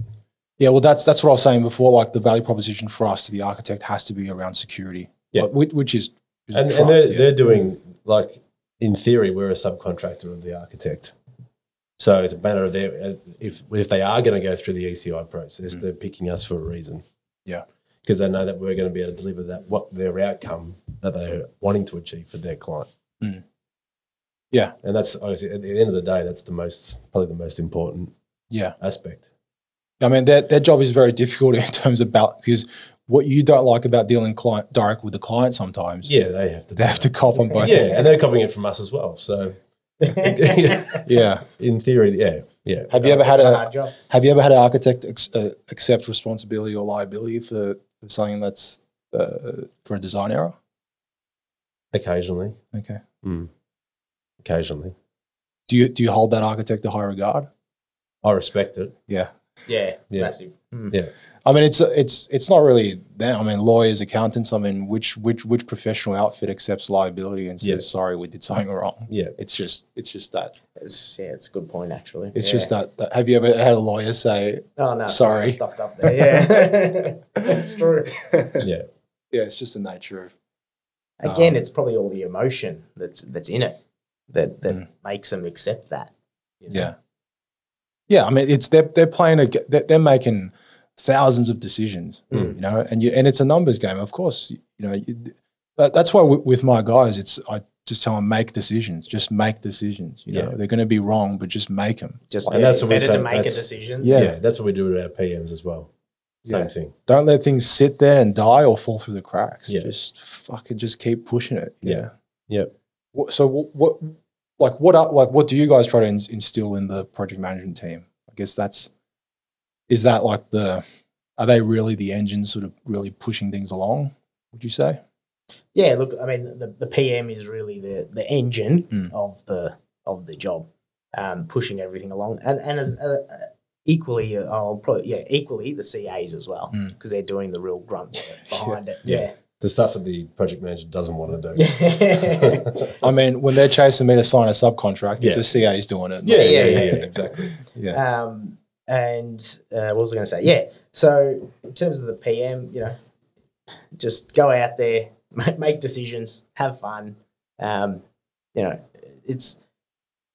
Speaker 2: Yeah, well, that's that's what I was saying before. Like the value proposition for us to the architect has to be around security,
Speaker 1: Yeah.
Speaker 2: Like, which, which is, is
Speaker 1: and,
Speaker 2: trust,
Speaker 1: and they're,
Speaker 2: yeah.
Speaker 1: they're doing like in theory we're a subcontractor of the architect so it's a matter of their uh, if if they are going to go through the eci process
Speaker 2: Mm.
Speaker 1: they're picking us for a reason
Speaker 2: Yeah.
Speaker 1: because they know that we're going to be able to deliver that what their outcome that they're wanting to achieve for their client
Speaker 2: Mm. Yeah.
Speaker 1: and that's obviously at the end of the day that's the most probably the most important
Speaker 2: yeah.
Speaker 1: aspect
Speaker 2: I mean, their, their job is very difficult in terms of balance because what you don't like about dealing client direct with the client sometimes,
Speaker 1: yeah they have to
Speaker 2: they have to cop on both.
Speaker 1: yeah and they're copying it from us as well so
Speaker 2: yeah.
Speaker 1: in theory yeah yeah
Speaker 2: Have you ever had a
Speaker 3: Hard job.
Speaker 2: Have you ever had an architect ex- uh, accept responsibility or liability for, for something that's uh, for a design error?
Speaker 1: occasionally
Speaker 2: Okay.
Speaker 1: occasionally
Speaker 2: Do you do you hold that architect to high regard?
Speaker 1: i respect it
Speaker 2: Yeah.
Speaker 3: Yeah,
Speaker 1: Yeah.
Speaker 3: massive. Mm.
Speaker 2: I mean, it's it's it's not really them. I mean, lawyers, accountants. I mean, which which which professional outfit accepts liability and says
Speaker 1: Yeah.
Speaker 2: sorry, we did something wrong?
Speaker 1: yeah
Speaker 2: It's just it's just that.
Speaker 3: It's, yeah, it's a good point actually.
Speaker 2: It's
Speaker 3: Yeah.
Speaker 2: just that, that. Have you ever had a lawyer say
Speaker 3: oh no,
Speaker 2: sorry.
Speaker 3: I stuffed up there. Yeah, it's true.
Speaker 1: yeah
Speaker 2: Yeah, it's just the nature of.
Speaker 3: Again,
Speaker 2: Um,
Speaker 3: it's probably all the emotion that's that's in it that that
Speaker 2: Mm.
Speaker 3: makes them accept that. you know?
Speaker 2: Yeah. Yeah, I mean, it's they're they're playing a ga- they're, they're making thousands of decisions,
Speaker 1: Mm.
Speaker 2: you know, and you and it's a numbers game, of course, you, know. You, but that's why with, with my guys, it's I just tell them make decisions, just make decisions. You know,
Speaker 1: Yeah.
Speaker 2: they're going to be wrong, but just make them.
Speaker 3: Just
Speaker 1: And
Speaker 3: yeah,
Speaker 1: that's what we
Speaker 3: better
Speaker 1: say,
Speaker 3: to make a
Speaker 1: that's-
Speaker 3: decision.
Speaker 2: Yeah.
Speaker 1: yeah that's what we do with our pms as well same
Speaker 2: Yeah.
Speaker 1: thing
Speaker 2: Don't let things sit there and die or fall through the cracks.
Speaker 1: Yeah.
Speaker 2: Just fucking just keep pushing it.
Speaker 1: Yeah. Yep.
Speaker 2: What, so what, what like what are, like what do you guys try to ins- instill in the project management team? I guess that's is that like the are they really the engine sort of really pushing things along? Would you say?
Speaker 3: Yeah, look, I mean, the, the PM is really the the engine
Speaker 2: Mm.
Speaker 3: of the of the job, um, pushing everything along, and and as uh, uh, equally, uh, I'll probably yeah, equally the CAs as well
Speaker 2: Mm.
Speaker 3: because they're doing the real grunt work
Speaker 2: Yeah.
Speaker 3: behind it.
Speaker 1: Yeah.
Speaker 3: Yeah,
Speaker 1: the stuff that the project manager doesn't want to do
Speaker 3: yeah,
Speaker 2: I mean, when they're chasing me to sign a subcontract, it's
Speaker 1: Uh, Yeah.
Speaker 2: a CA's doing it.
Speaker 1: yeah, yeah,
Speaker 2: not-
Speaker 1: yeah,
Speaker 3: yeah,
Speaker 1: yeah,
Speaker 3: yeah.
Speaker 1: exactly.
Speaker 2: yeah.
Speaker 3: Um, and uh, what was I going to say? Yeah. So in terms of the PM, you know, just go out there, ma- make decisions, have fun. Um, you know, it's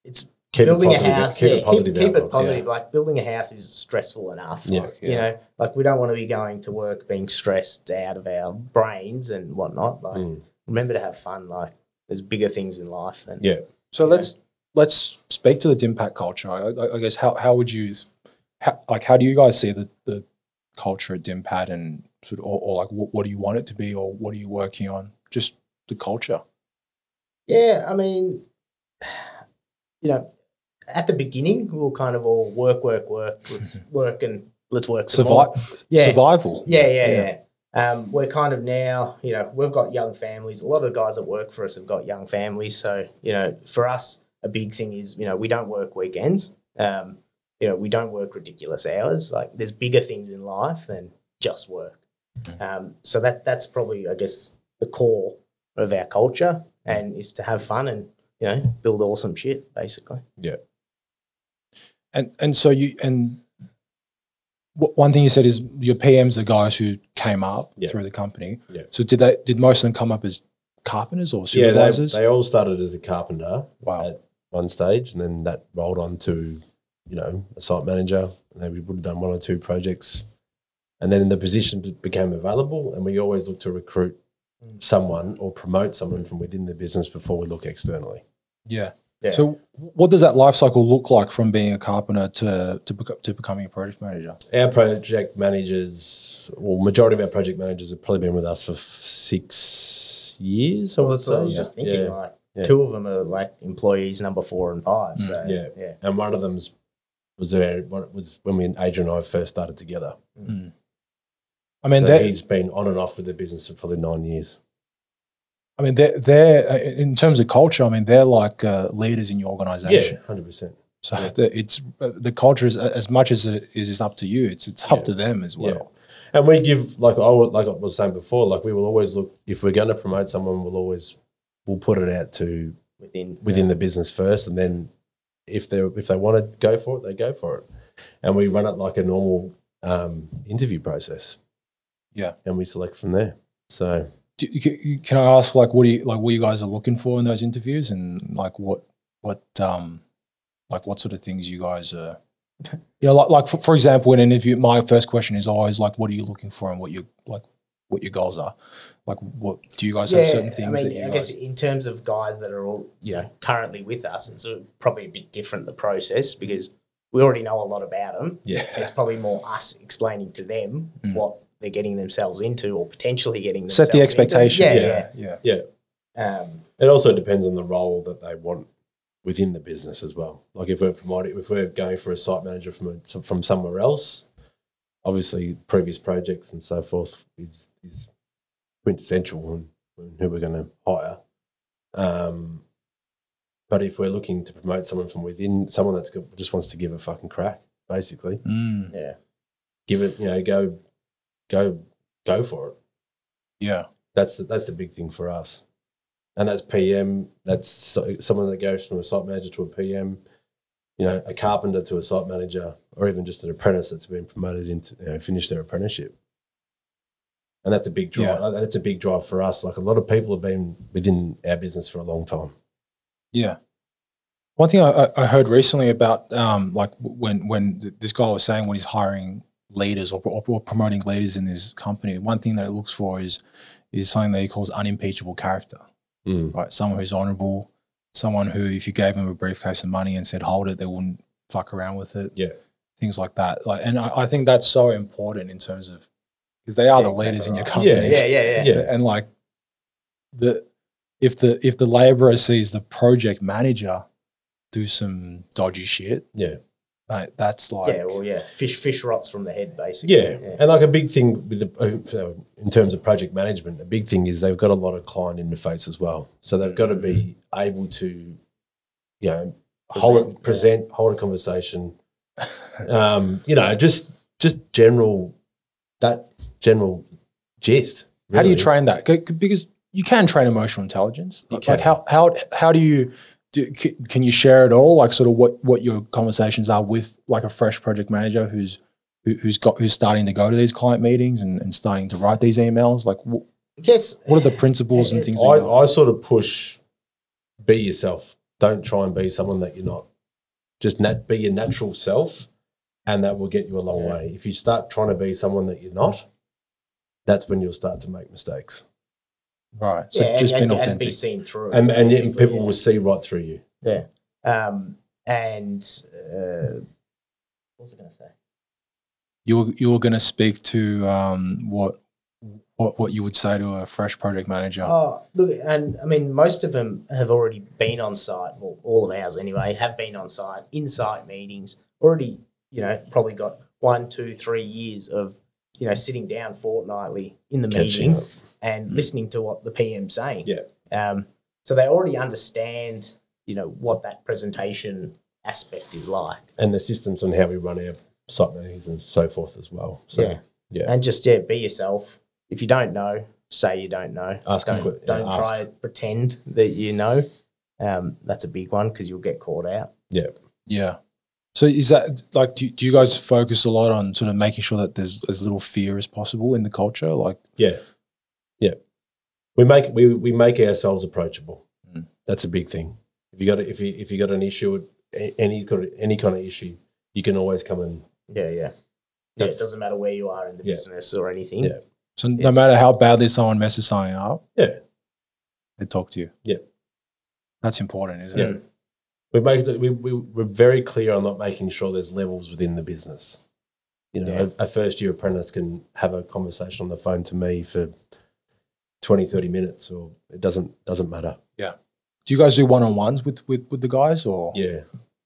Speaker 3: it's
Speaker 1: Keep it
Speaker 3: building
Speaker 1: positive.
Speaker 3: a house.
Speaker 1: keep
Speaker 3: yeah,
Speaker 1: it positive.
Speaker 3: Keep, it
Speaker 1: outlook, yeah.
Speaker 3: positive. Like building a house is stressful enough.
Speaker 1: Yeah.
Speaker 2: Fuck,
Speaker 3: You know, like we don't want to be going to work being stressed out of our brains and whatnot. Like,
Speaker 1: Mm.
Speaker 3: remember to have fun. Like, there's bigger things in life than
Speaker 1: Yeah.
Speaker 2: So
Speaker 3: Yeah.
Speaker 2: let's let's speak to the impact culture. I, I, I guess how how would you how, like how do you guys see the the culture at Dimpat and sort of or, or like what, what do you want it to be or what are you working on? Just the culture.
Speaker 3: Yeah, I mean, you know, at the beginning, we'll kind of all work, work, work. Mm-hmm. Let's work and let's work. some more.
Speaker 2: Survi-
Speaker 3: Yeah.
Speaker 2: Survival.
Speaker 3: Yeah, yeah, yeah. um, we're kind of now, you know, we've got young families. A lot of the guys that work for us have got young families. So, you know, for us, a big thing is, you know, we don't work weekends. Um, you know, we don't work ridiculous hours. Like there's bigger things in life than just work.
Speaker 1: Mm-hmm.
Speaker 3: Um, so that that's probably, I guess, the core of our culture and is to have fun and, you know, build awesome shit, basically.
Speaker 2: And and so you and wh- one thing you said is your PMs the guys who came up
Speaker 1: Yeah.
Speaker 2: through the company.
Speaker 1: Yeah.
Speaker 2: So did they did most of them come up as carpenters or
Speaker 1: Yeah, they,
Speaker 2: supervisors?
Speaker 1: they all started as a carpenter
Speaker 2: wow.
Speaker 1: they- one stage, and then that rolled on to, you know, a site manager. And then we would have done one or two projects, and then the position be- became available. And we always look to recruit
Speaker 3: Mm.
Speaker 1: someone or promote someone from within the business before we look externally.
Speaker 2: Yeah.
Speaker 3: Yeah.
Speaker 2: So what does that life cycle look like from being a carpenter to to, bec- to becoming a project manager?
Speaker 1: Our project managers, well, majority of our project managers have probably been with us for f- six years. I
Speaker 3: So
Speaker 1: would
Speaker 3: that's what I was
Speaker 1: say.
Speaker 3: just thinking.
Speaker 1: Yeah.
Speaker 3: Like
Speaker 1: Yeah. Mm-hmm.
Speaker 3: two of them are like employees number four and five.
Speaker 2: Mm.
Speaker 3: So
Speaker 1: Yeah.
Speaker 3: yeah.
Speaker 1: and one of them's was there what was when we Adrian and I first started together.
Speaker 2: I mean,
Speaker 1: so
Speaker 2: that
Speaker 1: he's been on and off with the business for probably nine years.
Speaker 2: I mean, they're, they're uh, in terms of culture. I mean, they're like uh, leaders in your organization.
Speaker 1: Yeah, hundred percent.
Speaker 2: So
Speaker 1: Yeah.
Speaker 2: the, it's uh, the culture is as much as it is it's up to you. It's it's up
Speaker 1: Yeah.
Speaker 2: to them as well.
Speaker 1: And we give like I would, like I was saying before, like we will always look if we're going to promote someone, we'll always we'll put it out to
Speaker 3: Within uh,
Speaker 1: within the business first, and then if they if they want to go for it, they go for it, and we run it like a normal um, interview process.
Speaker 2: Yeah.
Speaker 1: and we select from there. So
Speaker 2: Do, you- you- can I ask like what do you like what you guys are looking for in those interviews and like what what um like what sort of things you guys are you know like like for, for example in an interview my first question is always like what are you looking for and what you like what your goals are like what do you guys have certain things
Speaker 3: I mean,
Speaker 2: that you
Speaker 3: I
Speaker 2: guys
Speaker 3: guess in terms of guys that are all you know currently with us, it's a, probably a bit different the process because we already know a lot about them.
Speaker 1: yeah,
Speaker 3: It's probably more us explaining to them
Speaker 2: Mm.
Speaker 3: what they're getting themselves into or potentially getting
Speaker 2: set the
Speaker 3: themselves into.
Speaker 2: expectation
Speaker 3: Yeah,
Speaker 2: yeah, yeah.
Speaker 3: yeah. Um,
Speaker 1: it also depends on the role that they want within the business as well. Like if we're promoting, if we're going for a site manager from a, from somewhere else, obviously previous projects and so forth is is quintessential in, in who we're going to hire. Um, but if we're looking to promote someone from within, someone that's got, just wants to give a fucking crack, basically,
Speaker 2: Mm,
Speaker 3: yeah.
Speaker 1: give it, you know, go, go, go for it.
Speaker 2: yeah
Speaker 1: That's the, that's the big thing for us. And that's PM. That's so- someone that goes from a site manager to a PM, you know, a carpenter to a site manager, or even just an apprentice that's been promoted into, you know, finish their apprenticeship. And that's a big drive. That's a big drive for us. Like a lot of people have been within our business for a long time.
Speaker 2: Yeah. One thing I, I- I heard recently about um, like when when th- this guy was saying when he's hiring leaders or, or, or promoting leaders in his company, one thing that it looks for is is something that he calls unimpeachable character,
Speaker 1: Mm.
Speaker 2: right? Someone who's honorable, someone who if you gave them a briefcase of money and said hold it, they wouldn't fuck around with it.
Speaker 1: Yeah.
Speaker 2: things like that. Like, and I, I think that's so important in terms of because they are
Speaker 3: Yeah,
Speaker 2: the leaders
Speaker 3: exactly
Speaker 2: in your
Speaker 3: right.
Speaker 2: company
Speaker 1: Yeah,
Speaker 3: yeah, yeah, yeah,
Speaker 1: Yeah.
Speaker 2: and like the if the if the laborer sees the project manager do some dodgy shit
Speaker 1: Yeah.
Speaker 2: like, that's like
Speaker 3: Yeah, well, yeah, fish fish rots from the head, basically.
Speaker 1: Yeah. And like a big thing with the, uh, in terms of project management, a big thing is they've got a lot of client interface as well. So they've got to be
Speaker 2: Mm-hmm.
Speaker 1: able to, you know, hold
Speaker 3: Present,
Speaker 1: present, hold a conversation, um, you know, just just general that general gist.
Speaker 2: how do you
Speaker 1: really.
Speaker 2: train that 'Cause- 'cause- because you can train emotional intelligence
Speaker 1: You
Speaker 2: like, like
Speaker 1: can.
Speaker 2: how how how do you do, c- can you share it all like sort of what what your conversations are with like a fresh project manager who's who, who's got who's starting to go to these client meetings and, and starting to write these emails like wh-
Speaker 3: Yes.
Speaker 2: what are the principles and things that you-
Speaker 1: I, I sort of push be yourself. Don't try and be someone that you're not. Just nat- be your natural self, and that will get you a long
Speaker 3: Yeah.
Speaker 1: way. If you start trying to be someone that you're not, that's when you'll start to make mistakes,
Speaker 2: right so
Speaker 3: Yeah,
Speaker 2: just
Speaker 3: and,
Speaker 2: being
Speaker 3: and-
Speaker 2: authentic
Speaker 3: and be seen through.
Speaker 1: and and then
Speaker 3: basically,
Speaker 1: people
Speaker 3: yeah.
Speaker 1: will see right through you.
Speaker 3: Yeah. Um, and uh, what was I going to say?
Speaker 2: you were you were going to speak to um, what what what you would say to a fresh project manager.
Speaker 3: Oh, look, and I mean, most of them have already been on site. Well, all of ours anyway have been on site, in site meetings, already, you know, probably got one, two, three years of you know, sitting down fortnightly in the
Speaker 1: Catching
Speaker 3: meeting
Speaker 1: up. Mm.
Speaker 3: and listening to what the PM's saying.
Speaker 1: Yeah.
Speaker 3: Um, so they already understand, you know, what that presentation aspect is like.
Speaker 1: And the systems on how we run our site meetings and so forth as well. So
Speaker 3: Yeah.
Speaker 1: yeah.
Speaker 3: And just yeah, be yourself. If you don't know, say you don't know.
Speaker 1: Ask
Speaker 3: don't
Speaker 1: quick- yeah,
Speaker 3: don't
Speaker 1: ask.
Speaker 3: try to pretend that you know. Um, that's a big one because you'll get caught out.
Speaker 2: Yeah. So is that like do, do you guys focus a lot on sort of making sure that there's as little fear as possible in the culture? Like
Speaker 1: Yeah. Yeah. We make we, we make ourselves approachable.
Speaker 2: Mm.
Speaker 1: That's a big thing. If you got a- if you if you got an issue a- any kind of- any kind of issue, you can always come and
Speaker 3: Yeah, yeah. Yeah,
Speaker 1: That's-
Speaker 3: it doesn't matter where you are in the
Speaker 1: Yeah.
Speaker 3: business or anything.
Speaker 1: Yeah.
Speaker 2: so no
Speaker 3: It's-
Speaker 2: matter how badly someone messes something up,
Speaker 1: Yeah.
Speaker 2: They talk to you.
Speaker 1: Yeah.
Speaker 2: That's important, isn't
Speaker 1: Yeah.
Speaker 2: it?
Speaker 1: we make the, we, we we're very clear on not making sure there's levels within the business. You know,
Speaker 3: Yeah.
Speaker 1: a, a first year apprentice can have a conversation on the phone to me for 20, 30 minutes, or it doesn't doesn't matter.
Speaker 2: Do you guys do one on ones with, with with the guys or
Speaker 1: Yeah,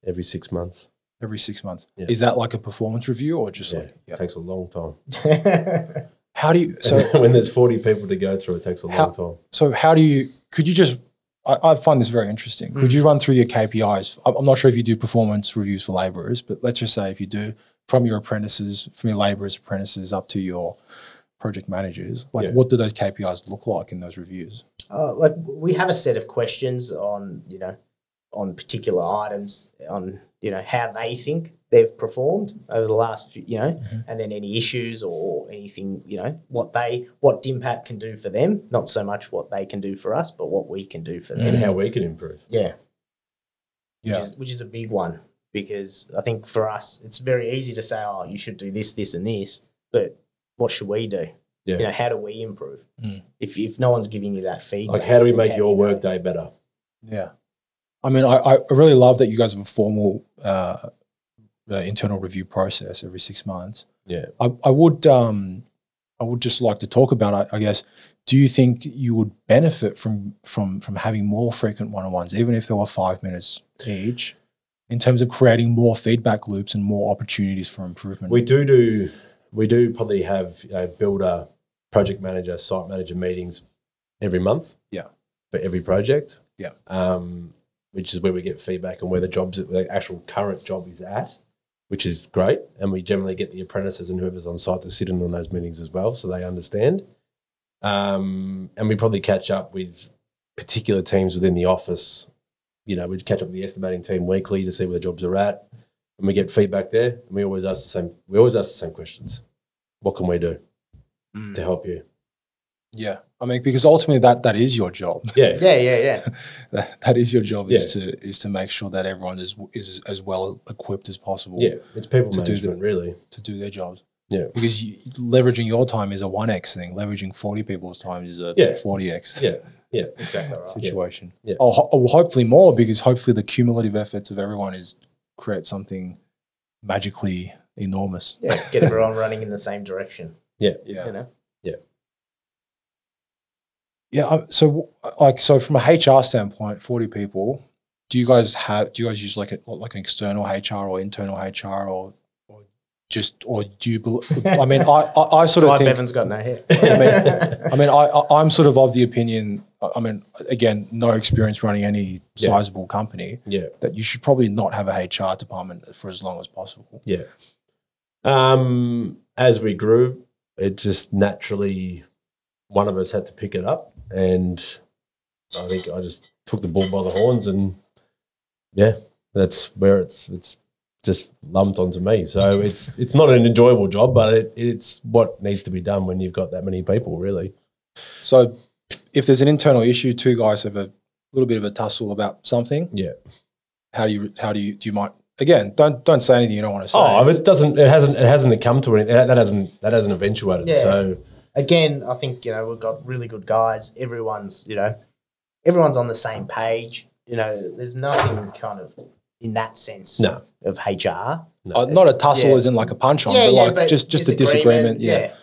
Speaker 1: every six months.
Speaker 2: every six months?
Speaker 1: Yeah.
Speaker 2: Is that like a performance review or just
Speaker 1: Yeah.
Speaker 2: like yeah.
Speaker 1: takes a long time.
Speaker 2: how do you
Speaker 1: So
Speaker 2: so
Speaker 1: when there's forty people to go through, it takes a
Speaker 2: How-
Speaker 1: long time.
Speaker 2: so how do you could you just I, I find this very interesting
Speaker 3: Mm.
Speaker 2: could you run through your kpis I'm, I'm not sure if you do performance reviews for laborers but let's just say if you do from your apprentices from your laborers apprentices up to your project managers like
Speaker 1: Yeah.
Speaker 2: what do those kpis look like in those reviews
Speaker 3: Uh, like we have a set of questions on you know on particular items on you know how they think they've performed over the last few, you know
Speaker 1: Mm-hmm.
Speaker 3: and then any issues or anything you know what they what dimpat can do for them not so much what they can do for us but what we can do for
Speaker 1: and
Speaker 3: them
Speaker 1: how we can improve.
Speaker 3: yeah which
Speaker 2: yeah
Speaker 3: is which is a big one because i think for us it's very easy to say oh you should do this this and this but what should we do
Speaker 1: Yeah.
Speaker 3: you know how do we improve
Speaker 2: Mm.
Speaker 3: if if no one's giving you that feedback
Speaker 1: Like, how do we
Speaker 3: how
Speaker 1: make
Speaker 3: do
Speaker 1: your
Speaker 3: you know?
Speaker 1: workday better?
Speaker 2: yeah i mean i, I really love that you guys have a formal uh, uh, internal review process every six months
Speaker 1: Yeah.
Speaker 2: I, I would um, I would just like to talk about. I, I guess. Do you think you would benefit from from from having more frequent one on ones, even if there were five minutes each, in terms of creating more feedback loops and more opportunities for improvement?
Speaker 1: We do do we do probably have you know, builder, project manager, site manager meetings every month.
Speaker 2: Yeah.
Speaker 1: for every project.
Speaker 2: Yeah.
Speaker 1: um, which is where we get feedback on where the jobs, where the actual current job is at, which is great. And we generally get the apprentices and whoever's on site to sit in on those meetings as well, so they understand. Um, and we probably catch up with particular teams within the office. You know, we catch up with the estimating team weekly to see where the jobs are at and we get feedback there. And we always ask the same. We always ask the same questions. What can we do
Speaker 3: Mm.
Speaker 1: to help you?
Speaker 2: yeah, I mean, because ultimately that that is your job.
Speaker 1: Yeah,
Speaker 3: yeah yeah yeah
Speaker 2: that, that is your job is to is to make sure that everyone is is as well equipped as possible
Speaker 1: yeah. It's people
Speaker 2: To do
Speaker 1: management, really.
Speaker 2: to do their jobs.
Speaker 1: Yeah.
Speaker 2: because you, leveraging your time is a one x thing. Leveraging forty people's time is a
Speaker 1: Yeah.
Speaker 2: forty x.
Speaker 1: Yeah, yeah, exactly.
Speaker 3: All right.
Speaker 2: situation.
Speaker 1: Yeah.
Speaker 2: Oh, ho- oh, hopefully more because hopefully the cumulative efforts of everyone is create something magically enormous.
Speaker 3: yeah, get everyone running in the same direction.
Speaker 2: Yeah.
Speaker 3: You know,
Speaker 2: Yeah. um, So w- like so from a HR standpoint, forty people. Do you guys have? Do you guys use like a like an external HR or internal HR or or just or do you? bel I mean, I I, I sort
Speaker 3: Clive
Speaker 2: of think.
Speaker 3: Evans got no hair.
Speaker 2: I mean, I, I I'm sort of of the opinion. I I mean, again, no experience running any
Speaker 1: Yeah.
Speaker 2: sizable company.
Speaker 1: Yeah.
Speaker 2: That you should probably not have a HR department for as long as possible.
Speaker 1: Um, as we grew, it just naturally one of us had to pick it up, and I think I just took the bull by the horns, and yeah, that's where it's it's just lumped onto me. So it's it's not an enjoyable job, but it, it's what needs to be done when you've got that many people, really.
Speaker 2: So if there's an internal issue, two guys have a little bit of a tussle about something.
Speaker 1: Yeah.
Speaker 2: How do you how do you do you might again, don't don't say anything you don't want to say.
Speaker 1: Oh, it doesn't. It hasn't. It hasn't come to anything. That, that hasn't. That hasn't eventuated.
Speaker 3: Yeah.
Speaker 1: So
Speaker 3: Again, I think you know we've got really good guys. Everyone's you know, everyone's on the same page. You know, there's nothing kind of in that sense
Speaker 1: No.
Speaker 3: of HR.
Speaker 2: Uh, not a tussle
Speaker 3: Yeah.
Speaker 2: as in like a punch on, but like just just a disagreement. Yeah.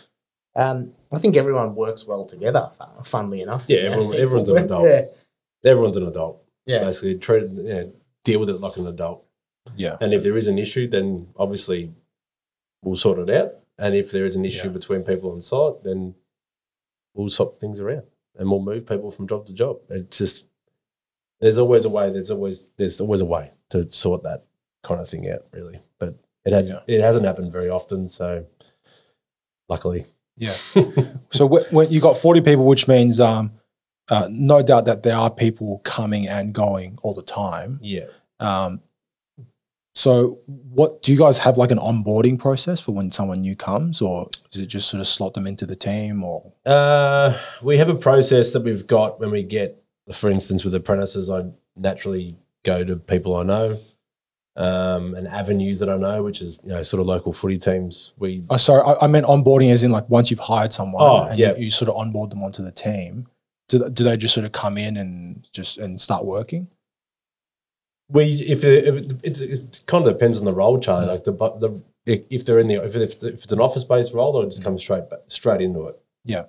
Speaker 3: yeah. Um, I think everyone works well together. fu- Funnily enough,
Speaker 1: Yeah,
Speaker 3: you know,
Speaker 1: everyone- everyone's an
Speaker 3: people-
Speaker 1: adult.
Speaker 3: Yeah,
Speaker 1: everyone's an adult.
Speaker 3: yeah.
Speaker 1: Basically, treat it- yeah, deal with it like an adult.
Speaker 2: Yeah.
Speaker 1: And if there is an issue, then obviously we'll sort it out And if there is an issue
Speaker 2: Yeah.
Speaker 1: between people on site, then we'll swap things around and we'll move people from job to job. It's just there's always a way. There's always there's always a way to sort that kind of thing out, really. But it has
Speaker 2: Yeah.
Speaker 1: it hasn't happened very often, so luckily,
Speaker 2: Yeah. So wh- when you got 40 people, which means um, uh, no doubt that there are people coming and going all the time.
Speaker 1: yeah.
Speaker 2: Um, so what do you guys have like an onboarding process for when someone new comes or is it just sort of slot them into the team or
Speaker 1: Uh, we have a process that we've got when we get, for instance, with apprentices, I naturally go to people I know um, and avenues that I know, which is you know sort of local footy teams. We
Speaker 2: oh, sorry I, I meant onboarding as in like once you've hired someone
Speaker 1: Oh,
Speaker 2: and
Speaker 1: yeah.
Speaker 2: you, you sort of onboard them onto the team do, th- do they just sort of come in and just and start working
Speaker 1: we if, it, if it- it's, it's kind of depends on the role chart.
Speaker 2: Mm.
Speaker 1: Like the bu- the if if they're in the if, it's- if it's an office based role, they'll just come straight ba- straight into it.
Speaker 2: Mm. Yeah.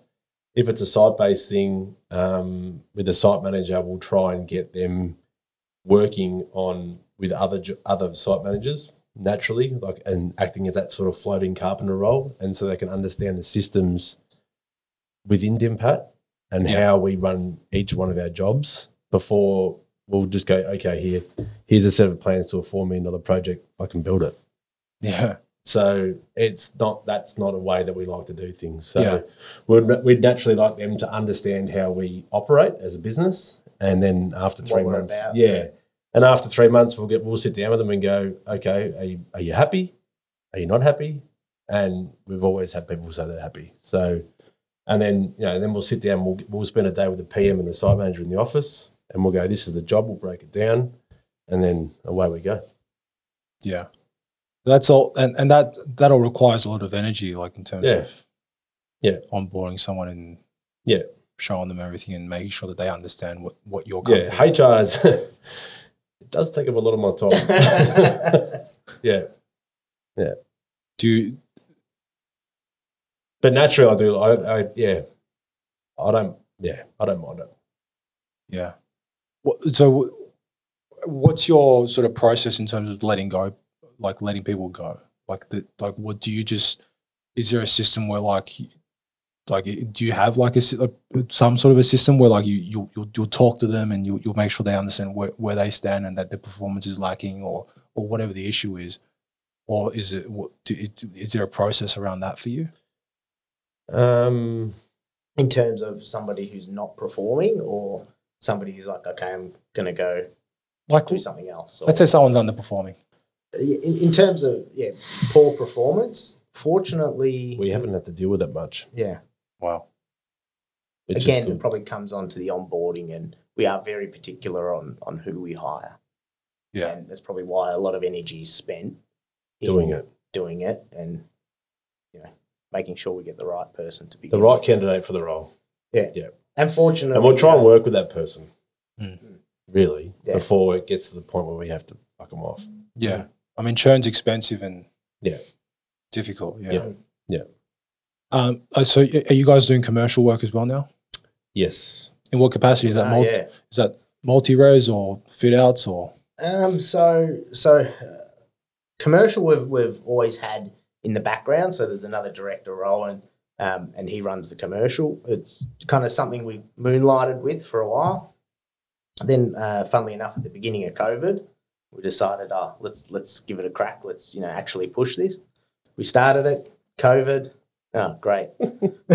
Speaker 1: If it's a site based thing um, with a site manager, we'll try and get them working on with other jo- other site managers naturally, like and acting as that sort of floating carpenter role, and so they can understand the systems within Dimpat and
Speaker 2: Yeah.
Speaker 1: how we run each one of our jobs before we'll just go, okay, here, here's a set of plans to a four million dollar project. I can build it.
Speaker 2: yeah
Speaker 1: So it's not that's not a way that we like to do things. So
Speaker 2: Yeah.
Speaker 1: we'd we'd naturally like them to understand how we operate as a business, and then after
Speaker 3: What
Speaker 1: three
Speaker 3: we're
Speaker 1: months,
Speaker 3: about.
Speaker 1: yeah, and after three months, we'll get we'll sit down with them and go, okay, are you, are you happy? Are you not happy? And we've always had people say they're happy. So, and then you know, then we'll sit down. We'll we'll spend a day with the PM and the site manager in the office, and we'll go, this is the job. We'll break it down, and then away we go.
Speaker 2: yeah that's all and, and that that all requires a lot of energy like in terms
Speaker 1: Yeah.
Speaker 2: of
Speaker 1: Yeah.
Speaker 2: onboarding someone and
Speaker 1: Yeah.
Speaker 2: showing them everything and making sure that they understand what what your company
Speaker 1: yeah, HR's it does take up a lot of my time. yeah,
Speaker 2: do you,
Speaker 1: but naturally I do. I, I yeah, I don't. Yeah, I don't mind it.
Speaker 2: yeah what, so wh- what's your sort of process in terms of letting go like letting people go like the like what do you just is there a system where like y- like i- do you have like a sy- like, some sort of a system where like you you'll, you'll, you'll talk to them and you'll, you'll make sure they understand where, where they stand and that their performance is lacking or or whatever the issue is or is it what do, it- is there a process around that for you
Speaker 1: Um,
Speaker 3: in terms of somebody who's not performing or somebody who's like, okay, I'm going to go
Speaker 2: like
Speaker 3: do something else. Or,
Speaker 2: let's say someone's underperforming
Speaker 3: in, in terms of yeah, poor performance, fortunately,
Speaker 1: we haven't had to deal with it much.
Speaker 3: yeah,
Speaker 2: wow
Speaker 1: Which
Speaker 3: again,
Speaker 1: is
Speaker 3: it
Speaker 1: good.
Speaker 3: probably comes on to the onboarding, and we are very particular on on who we hire.
Speaker 2: Yeah.
Speaker 3: and that's probably why a lot of energy is spent in
Speaker 1: doing it.
Speaker 3: doing it, and you know, making sure we get the right person to be
Speaker 1: The right candidate for the role,
Speaker 3: And fortunately,
Speaker 1: and we'll try and work with that person.
Speaker 2: Mm.
Speaker 1: Really,
Speaker 3: Hmm. Yeah.
Speaker 1: before it gets to the point where we have to fuck them off.
Speaker 2: Yeah. I mean, churn's expensive and
Speaker 1: Yeah.
Speaker 2: difficult. Yeah.
Speaker 1: Yeah. Yeah.
Speaker 2: Um, uh, so y- are you guys doing commercial work as well now?
Speaker 1: Yes,
Speaker 2: In what capacity is that?
Speaker 3: Ah,
Speaker 2: multi,
Speaker 3: yeah.
Speaker 2: Is that multi-res or fit outs or?
Speaker 3: Um, so so uh, commercial we've we've always had in the background. So there's another director role, and um, and he runs the commercial. It's kind of something we moonlighted with for a while. Then, uh, funnily enough, at the beginning of COVID, we decided, ah, let's let's give it a crack. Let's you know actually push this. We started it. COVID, oh great,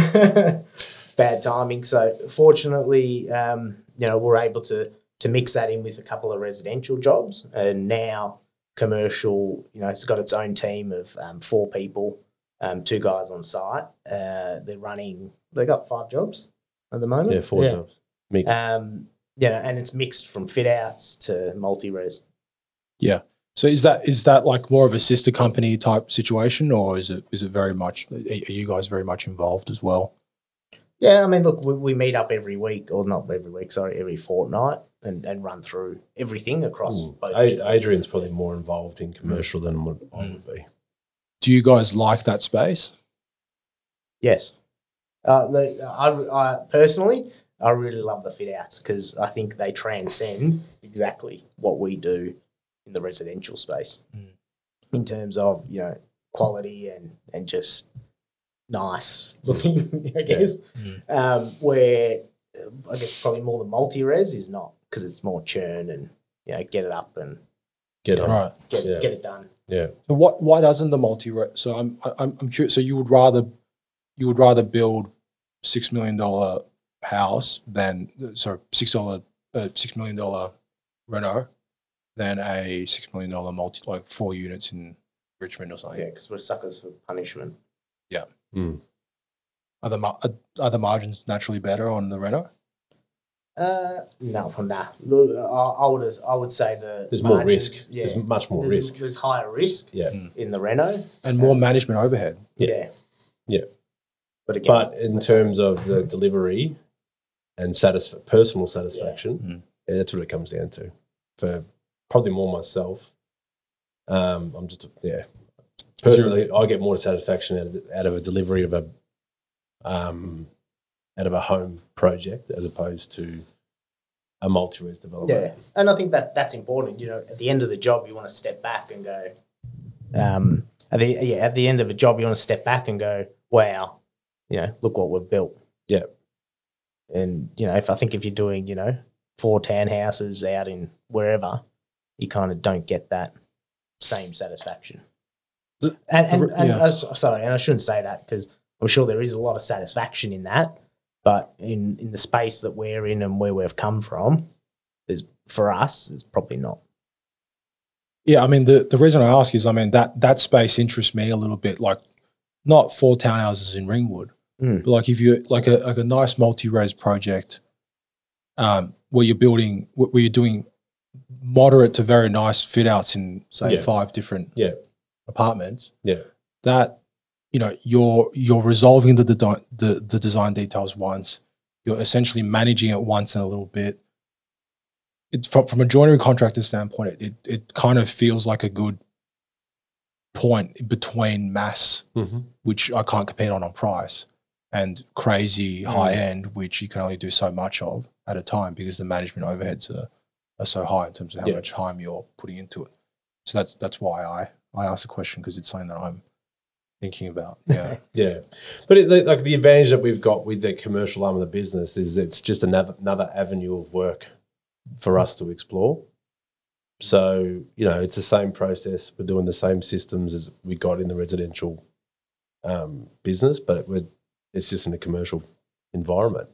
Speaker 3: bad timing. So fortunately, um, you know, we're able to to mix that in with a couple of residential jobs. And now commercial, you know, it's got its own team of um, four people, um, two guys on site. Uh, they're running. They got five jobs at the moment.
Speaker 1: yeah, four jobs mixed.
Speaker 3: Um, you know, and it's mixed from fit outs to multi res.
Speaker 2: So is that is that like more of a sister company type situation, or is it is it very much? Are, are you guys very much involved as well?
Speaker 3: Yeah, I mean, look, we, we meet up every week, or not every week, sorry, every fortnight, and, and run through everything across
Speaker 1: Mm.
Speaker 3: both.
Speaker 1: A-
Speaker 3: businesses.
Speaker 1: Adrian's probably more involved in commercial than what
Speaker 3: Hmm.
Speaker 1: I would be.
Speaker 2: Do you guys like that space?
Speaker 3: Yes. Uh, the, I, I personally, I really love the fit outs because I think they transcend exactly what we do in the residential space
Speaker 2: Mm.
Speaker 3: in terms of, you know, quality and, and just nice looking, I guess. Um, where uh, I guess probably more the multi res is not because it's more churn and you know get it up and
Speaker 1: Get on.
Speaker 2: Right.
Speaker 3: get
Speaker 1: Yeah.
Speaker 3: get it done.
Speaker 1: Yeah.
Speaker 2: So what? Why doesn't the multi? So I'm I- I'm I'm curious. So you would rather you would rather build six million dollar house than sorry six dollar uh, six million dollar Renault than a six million dollar multi like four units in Richmond or something.
Speaker 3: Yeah, because we're suckers for punishment.
Speaker 2: Are the mar- are- are the margins naturally better on the Renault?
Speaker 3: Uh, no, nah. Look, I, I would I would say the
Speaker 1: There's more
Speaker 3: margins-
Speaker 1: risk.
Speaker 3: Yeah,
Speaker 1: There's much more
Speaker 3: there's,
Speaker 1: risk.
Speaker 3: There's higher risk.
Speaker 1: Yeah.
Speaker 2: Mm.
Speaker 3: in the Renault.
Speaker 2: and more management overhead.
Speaker 1: Yeah. Yeah.
Speaker 3: But again,
Speaker 1: But in
Speaker 3: that's-
Speaker 1: terms of the delivery and satisf- personal satisfaction,
Speaker 2: Yeah.
Speaker 1: yeah.
Speaker 2: Mm.
Speaker 1: that's what it comes down to. For probably more myself, um, I'm just yeah. Personally, I get more satisfaction out of, out of a delivery of a um, out of a home project as opposed to a multi-res development.
Speaker 3: yeah, and I think that that's important. You know, at the end of the job, you want to step back and go. Um, at the yeah, at the end of a job, you want to step back and go, wow, you know, look what we've built.
Speaker 1: Yeah.
Speaker 3: And you know, if I think if you're doing you know four townhouses out in wherever, you kind of don't get that same satisfaction.
Speaker 2: The-
Speaker 3: and and,
Speaker 2: the-
Speaker 3: and
Speaker 2: yeah.
Speaker 3: I s- sorry, and I shouldn't say that because I'm sure there is a lot of satisfaction in that, but in in the space that we're in and where we've come from, there's for us, it's probably not.
Speaker 2: Yeah, I mean the, the reason I ask is I mean that that space interests me a little bit. Like not four townhouses in Ringwood,
Speaker 3: Mm.
Speaker 2: but like if you like a like a nice multi-res project, um, where you're building wh- where you're doing moderate to very nice fit outs in say
Speaker 1: Yeah.
Speaker 2: five different
Speaker 1: Yeah.
Speaker 2: apartments.
Speaker 1: Yeah.
Speaker 2: that you know you're you're resolving the, the the the design details once. You're essentially managing it once in a little bit. It, from from a joinery contractor standpoint, it, it it kind of feels like a good point between mass
Speaker 1: Mm-hmm.
Speaker 2: which I can't compete on on price, and crazy high end, which you can only do so much of at a time because the management overheads are, are so high in terms of how
Speaker 1: Yeah.
Speaker 2: much time you're putting into it. So that's that's why I I asked the question because it's something that I'm thinking about. Yeah,
Speaker 1: Yeah, but it, like the advantage that we've got with the commercial arm of the business is it's just another another avenue of work for us to explore. So you know, it's the same process. We're doing the same systems as we got in the residential um, business, but we're, it's just in a commercial environment.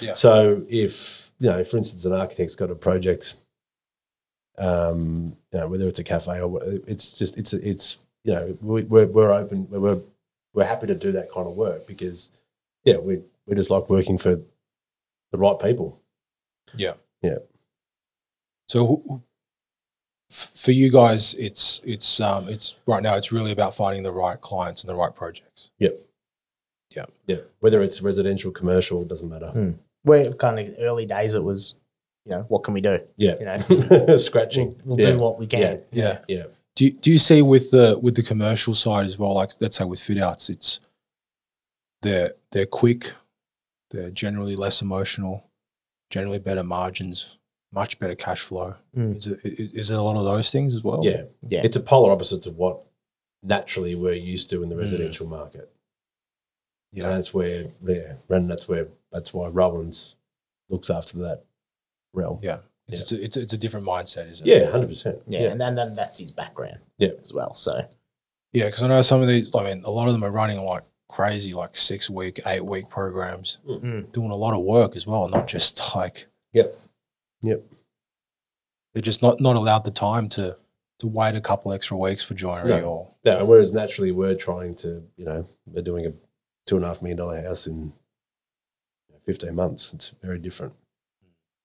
Speaker 2: Yeah.
Speaker 1: So if you know, for instance, an architect's got a project, um, you know, whether it's a cafe or wh- it's just it's it's you know we, we're we're open we're we're- we're happy to do that kind of work because yeah we we just like working for the right people.
Speaker 2: So who- who- f- for you guys, it's it's um it's right now it's really about finding the right clients and the right projects.
Speaker 1: Yeah, whether it's residential, commercial, doesn't matter.
Speaker 3: Mm. We're kind of early days. It was, you know, what can we do? You
Speaker 1: Yeah,
Speaker 3: know,
Speaker 1: scratching.
Speaker 3: we'll
Speaker 1: yeah.
Speaker 3: do what we can.
Speaker 1: Yeah.
Speaker 2: Yeah.
Speaker 1: Yeah.
Speaker 2: Do you, do you see with the with the commercial side as well? Like let's say with fit outs, it's they're they're quick, they're generally less emotional, generally better margins, much better cash flow.
Speaker 3: Mm.
Speaker 2: Is it i- i- is it a lot of those things as well?
Speaker 1: yeah,
Speaker 3: Yeah.
Speaker 1: It's a polar opposite to what naturally we're used to in the residential market.
Speaker 2: yeah.
Speaker 1: And that's where, yeah, and that's where, that's why Rollins looks after that realm.
Speaker 2: Yeah. It's, It's, a, it's, a, it's a different mindset, isn't it?
Speaker 1: Yeah, 100%.
Speaker 3: yeah. And then, then that's his background.
Speaker 1: Yeah.
Speaker 3: As well. So
Speaker 2: Yeah, because I know some of these. I mean, a lot of them are running like crazy, like six week, eight week programs,
Speaker 3: Mm.
Speaker 2: doing a lot of work as well, not just like.
Speaker 1: Hmm. Yep. Yep.
Speaker 2: They're just not not allowed the time to to wait a couple extra weeks for joinery
Speaker 1: No.
Speaker 2: or
Speaker 1: Yeah, and whereas naturally we're trying to, you know, we're doing a two and a half million dollar house in fifteen months. It's very different.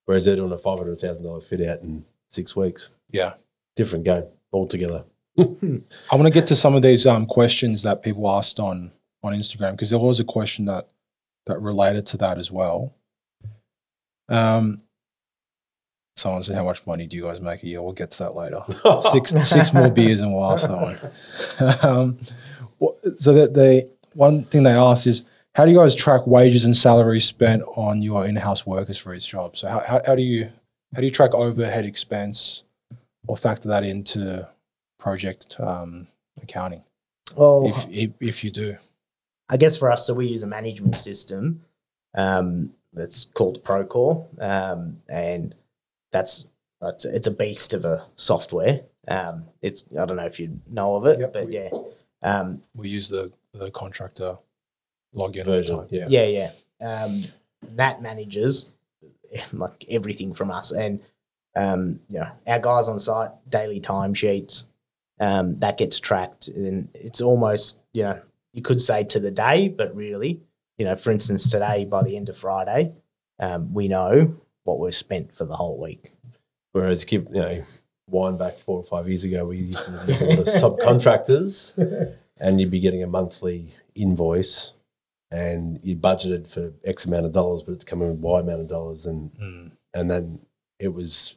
Speaker 1: Whereas they're doing a five hundred thousand dollar fit out in six weeks.
Speaker 2: yeah.
Speaker 1: Different game altogether.
Speaker 2: I want to get to some of these um, questions that people asked on on Instagram because there was a question that that related to that as well. Um, someone said, "How much money do you guys make a year?" We'll get to that later. six six more beers and we'll ask that one. Um, wha- so that they one thing they asked is how do you guys track wages and salaries spent on your in-house workers for each job? So how, how, how do you how do you track overhead expense or factor that into project um, accounting
Speaker 3: well,
Speaker 2: if, if if you do?
Speaker 3: I guess for us, so we use a management system um, that's called Procore, um, and that's it's, it's a beast of a software. Um, it's I don't know if you know of it,
Speaker 2: Yep,
Speaker 3: but
Speaker 2: we-
Speaker 3: yeah, um,
Speaker 2: We use the, the contractor login
Speaker 1: version.
Speaker 2: type.
Speaker 1: Yeah.
Speaker 3: yeah, yeah. Um, that manages like everything from us, and um, you know, our guys on site daily timesheets um, that gets tracked, and it's almost you know you could say to the day, but really, you know, for instance, today by the end of Friday, um, we know what we've spent for the whole week.
Speaker 1: Whereas, give you know, wind back four or five years ago, we used to use all the subcontractors, and you'd be getting a monthly invoice, and you budgeted for X amount of dollars, but it's coming with Y amount of dollars, and
Speaker 2: Mm.
Speaker 1: and then it was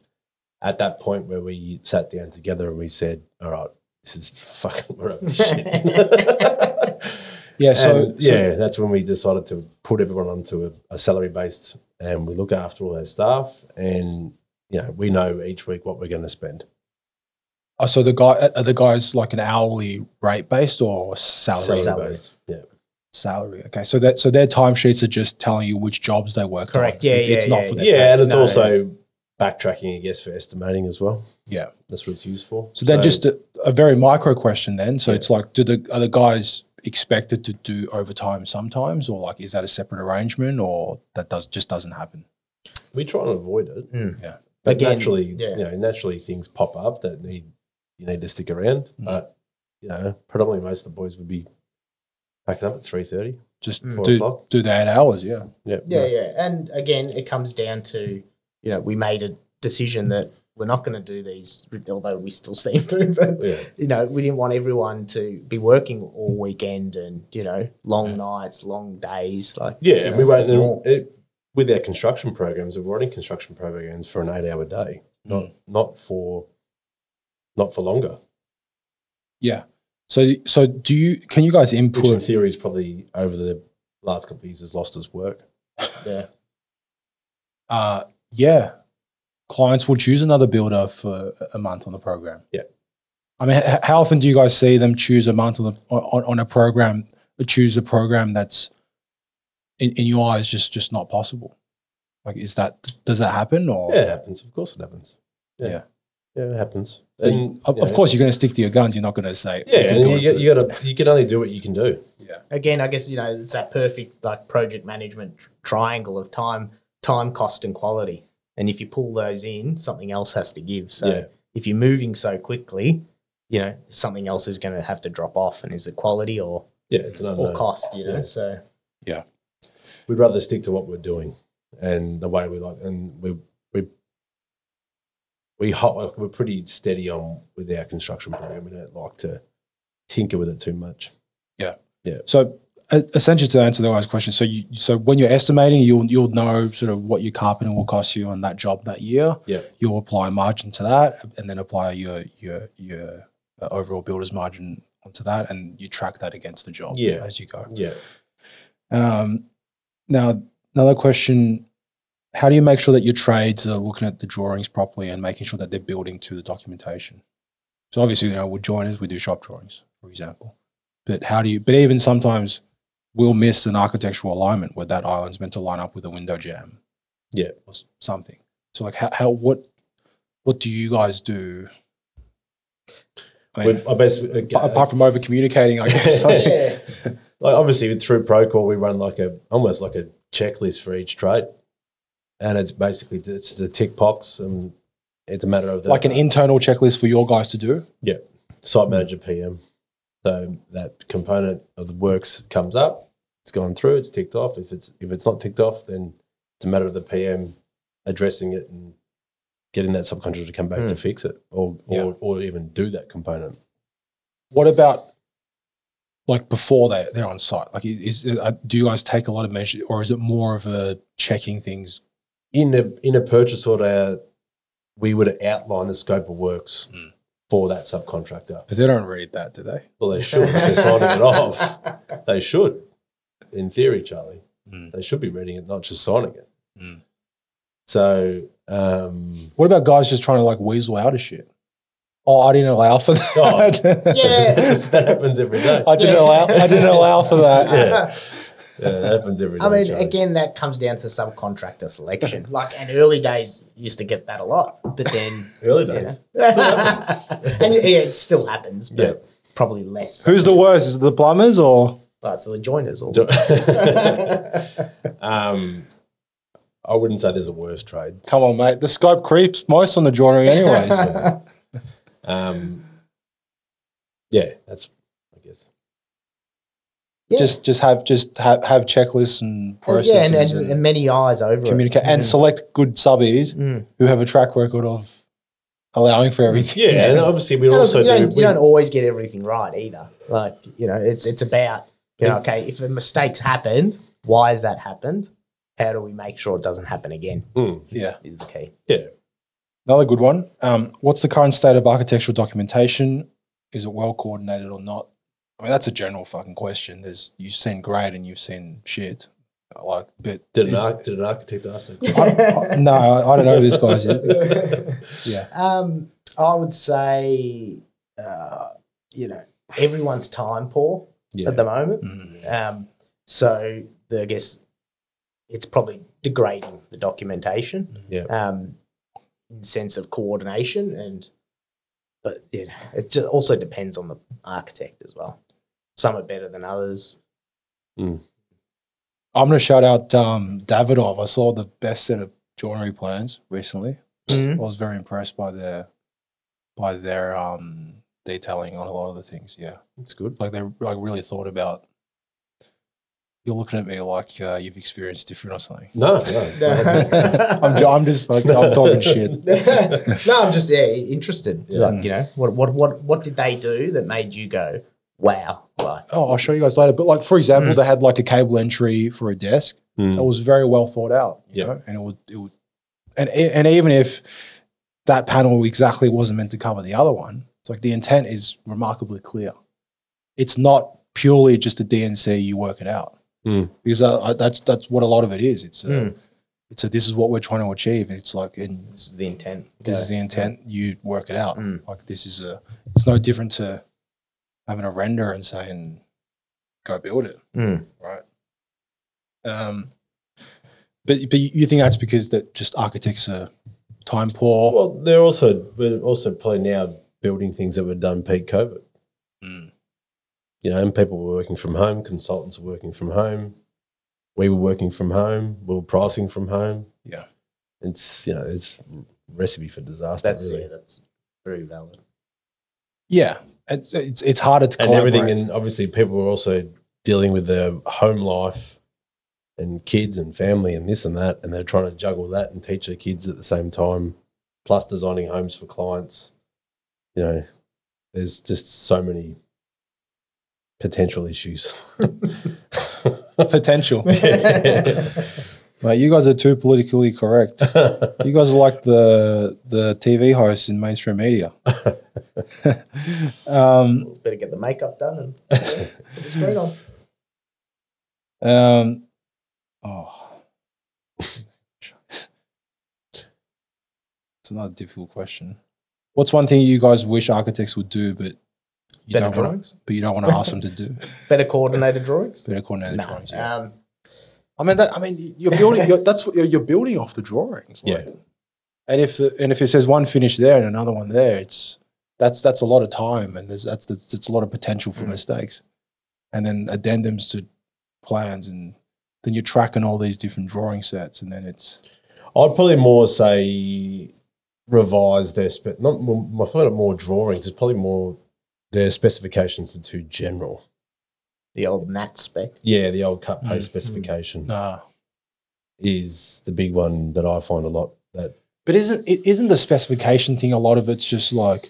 Speaker 1: at that point where we sat down together and we said, "All right, this is fucking we're up to shit."
Speaker 2: Yeah. So,
Speaker 1: And,
Speaker 2: so-
Speaker 1: yeah, that's when we decided to put everyone onto a, a salary based, and we look after all our staff, and you know we know each week what we're going to spend.
Speaker 2: oh, so the guy, are the guys like an hourly rate based or salary?
Speaker 1: Salary-based.
Speaker 3: Salary.
Speaker 1: uh, yeah.
Speaker 2: Salary. Okay. So that so their timesheets are just telling you which jobs they worked
Speaker 3: Correct,
Speaker 2: on.
Speaker 3: yeah,
Speaker 2: It- It's
Speaker 3: yeah,
Speaker 2: not
Speaker 3: yeah,
Speaker 2: for their
Speaker 1: Yeah, and it's
Speaker 3: No.
Speaker 1: also backtracking, I guess, for estimating as well.
Speaker 2: Yeah.
Speaker 1: That's what it's used for.
Speaker 2: So then just a, a very micro question then. So
Speaker 1: Yeah.
Speaker 2: it's like, do the are the guys expected to do overtime sometimes, or like is that a separate arrangement, or that does just doesn't happen?
Speaker 1: we try and avoid it.
Speaker 3: Mm.
Speaker 2: Yeah.
Speaker 1: But
Speaker 3: Again,
Speaker 1: naturally,
Speaker 3: yeah.
Speaker 1: you know, naturally things pop up that need you need to stick around.
Speaker 2: Mm.
Speaker 1: But you know, predominantly most of the boys would be packing up at three thirty,
Speaker 2: Just
Speaker 3: Mm.
Speaker 1: four
Speaker 2: do
Speaker 1: o'clock.
Speaker 2: do the eight hours, yeah.
Speaker 1: Yep.
Speaker 3: Yeah, yeah. And again, it comes down to, you know, we made a decision that we're not going to do these, although we still seem to, but,
Speaker 1: Yeah.
Speaker 3: you know, we didn't want everyone to be working all weekend and, you know, long nights, long days. Like,
Speaker 1: Yeah,
Speaker 3: you
Speaker 1: and
Speaker 3: know,
Speaker 1: we won't.
Speaker 3: there's more.
Speaker 1: and It, with our construction programs, we're running construction programs for an eight-hour day, not not for not for longer.
Speaker 2: So so do you can you guys
Speaker 1: Which in
Speaker 2: input
Speaker 1: theory is probably over the last couple of years has lost us work.
Speaker 3: Yeah.
Speaker 2: uh yeah. Clients will choose another builder for a- a month on the program.
Speaker 1: Yeah.
Speaker 2: I mean, h- how often do you guys see them choose a month on, the, on, on a program, choose a program that's in, in your eyes just just not possible? Like, is that does that happen or?
Speaker 1: Yeah, it happens. Of course, it happens.
Speaker 2: Yeah.
Speaker 1: Oh. yeah, Yeah, it happens.
Speaker 2: But you-
Speaker 1: And,
Speaker 2: Of,
Speaker 1: you
Speaker 2: of
Speaker 1: know,
Speaker 2: course, you're going to stick to your guns. You're not going to say.
Speaker 1: Yeah,
Speaker 2: "We can
Speaker 1: and
Speaker 2: do
Speaker 1: you,
Speaker 2: it
Speaker 1: get,
Speaker 2: for-"
Speaker 1: you gotta you can only do what you can do.
Speaker 3: again, I guess, you know, it's that perfect, like, project management tr- triangle of time, time, cost, and quality. And if you pull those in, something else has to give. So,
Speaker 1: Yeah.
Speaker 3: if you're moving so quickly, you know, something else is going to have to drop off. And is it quality or,
Speaker 1: Yeah, it's an
Speaker 3: or
Speaker 1: unknown.
Speaker 3: cost, you know?
Speaker 1: Yeah.
Speaker 3: So,
Speaker 1: We'd rather stick to what we're doing and the way we like, and we we we ho- we're pretty steady on with our construction program. We don't like to tinker with it too much.
Speaker 2: So e- essentially, to answer the guy's question, so you so when you're estimating, you'll you'll know sort of what your carpeting will cost you on that job that year.
Speaker 1: Yeah.
Speaker 2: You'll apply margin to that, and then apply your your your uh, overall builder's margin onto that, and you track that against the job.
Speaker 1: Yeah.
Speaker 2: As you go.
Speaker 1: Yeah,
Speaker 2: Um, now, another question. How do you make sure that your trades are looking at the drawings properly and making sure that they're building to the documentation? So obviously, you know, with joiners, we do shop drawings, for example. But how do you, but even sometimes we'll miss an architectural alignment where that island's meant to line up with a window jam.
Speaker 1: Yeah.
Speaker 2: Or s- something. So like how, how what, what do you guys do? I mean,
Speaker 1: We'd- I uh, basically
Speaker 2: a- apart from over communicating, I guess.
Speaker 3: yeah.
Speaker 1: like obviously with- through Procore, we run like a almost like a checklist for each trade, and it's basically it's the tick box, and it's a matter of the,
Speaker 2: like an internal checklist for your guys to do.
Speaker 1: site manager PM. So that component of the works comes up, it's gone through, it's ticked off. If it's if it's not ticked off, then it's a matter of the PM addressing it and getting that subcontractor to come back to fix it or or,
Speaker 2: Yeah.
Speaker 1: or even do that component.
Speaker 2: What about like before they they're on site? Like, is uh, do you guys take a lot of measures, or is it more of a checking things?
Speaker 1: In a in a purchase order, we would outline the scope of works
Speaker 2: Mm.
Speaker 1: for that subcontractor.
Speaker 2: Because they don't read that, do they?
Speaker 1: Well, they should. if they're signing it off. They should, in theory, Charlie.
Speaker 2: Mm.
Speaker 1: They should be reading it, not just signing it.
Speaker 2: Mm.
Speaker 1: So, um,
Speaker 2: What about guys just trying to like weasel out of shit? Oh, I didn't allow for
Speaker 1: Oh.
Speaker 2: that.
Speaker 3: Yeah.
Speaker 1: that happens every day.
Speaker 2: I didn't
Speaker 3: Yeah.
Speaker 2: allow. I didn't allow for that.
Speaker 1: Yeah. Yeah, that happens every day.
Speaker 3: I mean,
Speaker 1: Charlie.
Speaker 3: again, that comes down to subcontractor selection. like, in early days, you used to get that a lot, but then,
Speaker 1: early days.
Speaker 3: and yeah, it still happens, but
Speaker 1: Yeah.
Speaker 3: probably less.
Speaker 2: Who's the worst? Is it the plumbers or?
Speaker 3: Well, it's the joiners all.
Speaker 1: um, I wouldn't say there's a worse trade.
Speaker 2: Come on, mate. The scope creeps most on the joinery, anyways.
Speaker 1: Yeah. Um, yeah, that's I guess.
Speaker 3: Yeah.
Speaker 2: Just, just have, just have, have checklists and
Speaker 3: And-
Speaker 2: processes.
Speaker 3: yeah, and, and,
Speaker 2: and-
Speaker 3: and many eyes over it.
Speaker 2: communicate and select good subbies
Speaker 3: Mm.
Speaker 2: who have a track record of allowing for everything.
Speaker 1: Yeah, and obviously we
Speaker 3: And
Speaker 1: also
Speaker 3: you,
Speaker 1: do.
Speaker 3: don't, you
Speaker 1: we-
Speaker 3: don't always get everything right either. Like you know, it's it's about you know, okay, if a mistake's happened, why has that happened? How do we make sure it doesn't happen again?
Speaker 1: Mm,
Speaker 2: Yeah.
Speaker 3: Is the key.
Speaker 1: yeah,
Speaker 2: Another good one. Um, what's the current state of architectural documentation? Is it well coordinated or not? I mean, that's a general fucking question. There's you've seen great and you've seen shit. Like, but
Speaker 1: did an,
Speaker 2: is-
Speaker 1: arch- did an architect ask that?
Speaker 2: I, I- no, I, I don't know these guys yet.
Speaker 1: question?
Speaker 2: Yeah,
Speaker 3: Um, I would say, uh, you know, everyone's time poor
Speaker 1: yeah,
Speaker 3: at the moment.
Speaker 2: Mm.
Speaker 3: Um, so the, I guess it's probably degrading the documentation.
Speaker 1: Yeah.
Speaker 3: Um, in sense of coordination and, but you know, it ju- also depends on the architect as well. Some are better than others.
Speaker 2: I'm gonna shout out um, Davidov. I saw the best set of joinery plans recently. I was very impressed by their by their um, detailing on a lot of the things. Yeah.
Speaker 1: it's good.
Speaker 2: like they like really thought about. You're looking at me like uh, you've experienced different or something.
Speaker 1: No, no.
Speaker 2: I'm, ju- I'm just fucking, I'm talking shit.
Speaker 3: no, I'm just yeah interested.
Speaker 1: Yeah.
Speaker 3: Like you know, what what what what did they do that made you go, wow? Like
Speaker 2: Oh, I'll show you guys later. But like for example, they had like a cable entry for a desk
Speaker 1: Mm.
Speaker 2: that was very well thought out. you
Speaker 1: Yeah.
Speaker 2: know, and it would it would, and e- and even if that panel exactly wasn't meant to cover the other one, it's like the intent is remarkably clear. It's not purely just a DNC. You work it out
Speaker 1: Mm.
Speaker 2: because uh, I, that's that's what a lot of it is. It's a,
Speaker 3: Mm.
Speaker 2: it's a, this is what we're trying to achieve. It's like and
Speaker 3: this is the intent.
Speaker 2: this is the intent. You work it out.
Speaker 3: Mm.
Speaker 2: Like this is a. It's no different to having a render and saying, "Go build it."
Speaker 1: Hmm.
Speaker 3: Mm.
Speaker 2: Right. Um. But but you think that's because that just architects are time poor?
Speaker 1: Well, they're also we're also probably now building things that were done peak COVID.
Speaker 2: Mm.
Speaker 1: You know, and people were working from home, consultants were working from home, we were working from home, we were pricing from home.
Speaker 2: Yeah.
Speaker 1: It's you know, it's recipe for disaster
Speaker 3: That's
Speaker 1: really.
Speaker 3: yeah, that's very valid.
Speaker 2: Yeah. It's it's, it's harder to
Speaker 1: and
Speaker 2: collaborate.
Speaker 1: everything and obviously people were also dealing with their home life and kids and family and this and that and they're trying to juggle that and teach their kids at the same time plus designing homes for clients you know there's just so many potential issues
Speaker 2: potential.
Speaker 1: yeah
Speaker 2: Mate, you guys are too politically correct. You guys are like the the TV hosts in mainstream media. um,
Speaker 3: Better get the makeup done and put the screen on.
Speaker 2: Um, oh, it's another difficult question. What's one thing you guys wish architects would do, but you
Speaker 3: Better
Speaker 2: don't want,
Speaker 3: drawings.
Speaker 2: but you don't want to ask them to do?
Speaker 3: Better coordinated drawings.
Speaker 2: Better coordinated
Speaker 3: No.
Speaker 2: drawings. Yeah.
Speaker 3: Um,
Speaker 2: I mean, that, I mean, you're building. You're, that's what you're, you're building off the drawings.
Speaker 1: Yeah.
Speaker 2: And if the and if it says one finish there and another one there, it's that's that's a lot of time and there's that's that's, that's a lot of potential for
Speaker 3: Mm.
Speaker 2: mistakes, and then addendums to plans and then you're tracking all these different drawing sets and then it's
Speaker 1: I'd probably more say revise their spec. Not m- my favorite more drawings. It's probably more their specifications are too general.
Speaker 3: the old Nat spec.
Speaker 1: Yeah, the old cut
Speaker 2: Mm.
Speaker 1: paste specification
Speaker 2: nah.
Speaker 1: is the big one that I find a lot. That
Speaker 2: But isn't it isn't the specification thing a lot of it's just like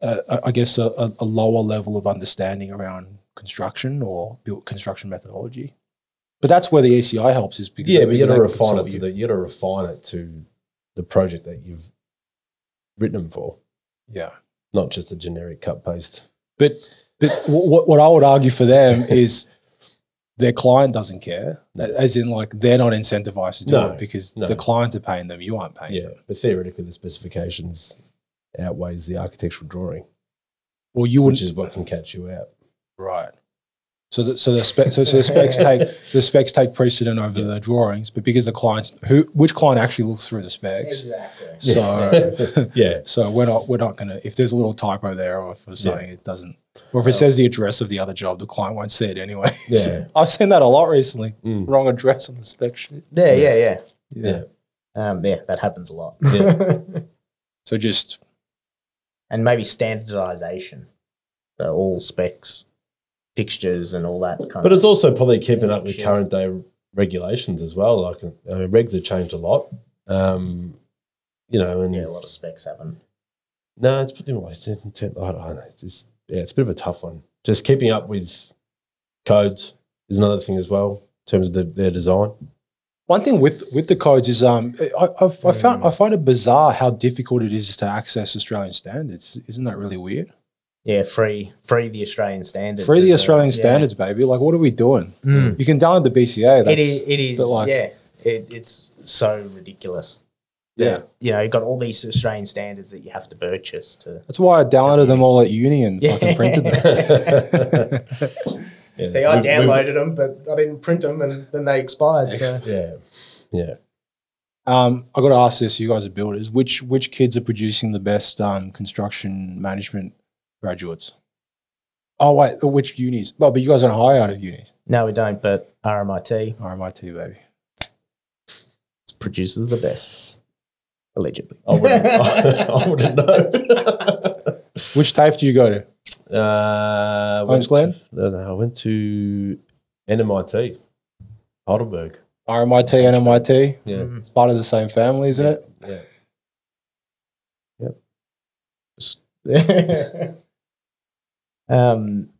Speaker 2: uh, I- I guess a, a, a lower level of understanding around construction or built construction methodology. But that's where the ACI helps is because
Speaker 1: yeah, but you got
Speaker 2: they
Speaker 1: to
Speaker 2: can
Speaker 1: refine
Speaker 2: consult
Speaker 1: it to
Speaker 2: you.
Speaker 1: the, you got to refine it to the project that you've written them for,
Speaker 2: yeah.
Speaker 1: not just a generic cut paste.
Speaker 2: But but what what I would argue for them is their client doesn't care,
Speaker 1: No.
Speaker 2: as in like they're not incentivized to do
Speaker 1: No,
Speaker 2: it because
Speaker 1: no.
Speaker 2: the clients are paying them, you aren't paying.
Speaker 1: Yeah,
Speaker 2: them.
Speaker 1: but theoretically, the specifications outweighs the architectural drawing,
Speaker 2: Well, you
Speaker 1: which
Speaker 2: wouldn't.
Speaker 1: is what can catch you out.
Speaker 2: Right. So the, so the spec so, so the specs take the specs take precedent over the drawings, but because the clients who which client actually looks through the specs.
Speaker 3: Exactly.
Speaker 2: So
Speaker 1: Yeah.
Speaker 2: so we're not we're not gonna if there's a little typo there or if there's something it doesn't or if it says the address of the other job, the client won't see it anyway. So
Speaker 1: Yeah.
Speaker 2: I've seen that a lot recently.
Speaker 1: Mm.
Speaker 2: Wrong address on the spec sheet.
Speaker 3: Yeah, yeah, yeah.
Speaker 1: Yeah.
Speaker 3: Um, yeah, that happens a lot.
Speaker 1: Yeah.
Speaker 2: So just
Speaker 3: and maybe standardization. So all specs, fixtures, and all that kind
Speaker 1: But
Speaker 3: of
Speaker 1: it's also probably keeping up with
Speaker 3: Shit.
Speaker 1: current day regulations as well. Like, I mean, regs have changed a lot. Um, you know, and
Speaker 3: yeah, a lot of specs happen.
Speaker 1: no, it's pretty much, I don't know, it's just, yeah, it's a bit of a tough one. Just keeping up with codes is another thing as well in terms of the, their design.
Speaker 2: One thing with with the codes is um I I've, I found I find it bizarre how difficult it is to access Australian standards. Isn't that really weird?
Speaker 3: Yeah, free free the Australian standards.
Speaker 2: Free the
Speaker 3: is a-
Speaker 2: Australian
Speaker 3: yeah.
Speaker 2: standards, baby. Like, what are we doing?
Speaker 3: Mm.
Speaker 2: You can download the BCA.
Speaker 3: It
Speaker 2: That's,
Speaker 3: is. It is.
Speaker 2: but like-
Speaker 3: yeah, it, it's so ridiculous.
Speaker 2: yeah.
Speaker 3: You know, you've got all these Australian standards that you have to purchase to.
Speaker 2: That's why I downloaded them all at uni and
Speaker 3: Yeah.
Speaker 2: fucking printed them.
Speaker 1: Yeah,
Speaker 3: See, I
Speaker 1: we've- we've-
Speaker 3: downloaded them, but I didn't print them, and then they expired. So
Speaker 1: Yeah. Yeah.
Speaker 2: Um, I got to ask this: you guys are builders. Which which kids are producing the best um, construction management graduates? Oh wait, which unis? Well, but you guys don't hire out of unis.
Speaker 3: no, we don't. But RMIT
Speaker 2: RMIT, baby.
Speaker 3: produces the best, allegedly.
Speaker 1: I wouldn't, I wouldn't know.
Speaker 2: Which TAFE do you go to?
Speaker 1: Uh, went
Speaker 2: Glen?
Speaker 1: to- No, no, I went to NMIT, Heidelberg.
Speaker 2: RMIT, NMIT.
Speaker 1: Yeah.
Speaker 3: Mm.
Speaker 2: It's part of the same family, isn't it?
Speaker 1: Yeah.
Speaker 3: um,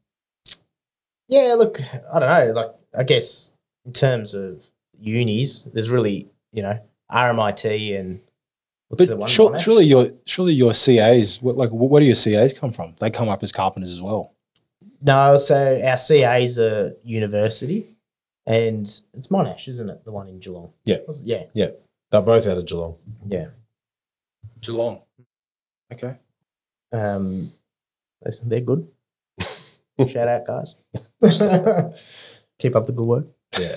Speaker 3: yeah, look, I don't know. Like, I guess in terms of unis, there's really, you know, RMIT and what's the
Speaker 2: but
Speaker 3: one?
Speaker 2: sur-
Speaker 3: Monash?
Speaker 2: surely your surely your CAs, what, like wh- where do your CAs come from? They come up as carpenters as well.
Speaker 3: No, so our CA's a university, and it's Monash, isn't it? The one in Geelong.
Speaker 1: Yeah.
Speaker 3: Was- yeah,
Speaker 1: They're both out of Geelong.
Speaker 3: yeah.
Speaker 2: Geelong. Okay.
Speaker 3: Um, listen, they're good. Shout out, guys. Keep up the good work.
Speaker 1: Yeah.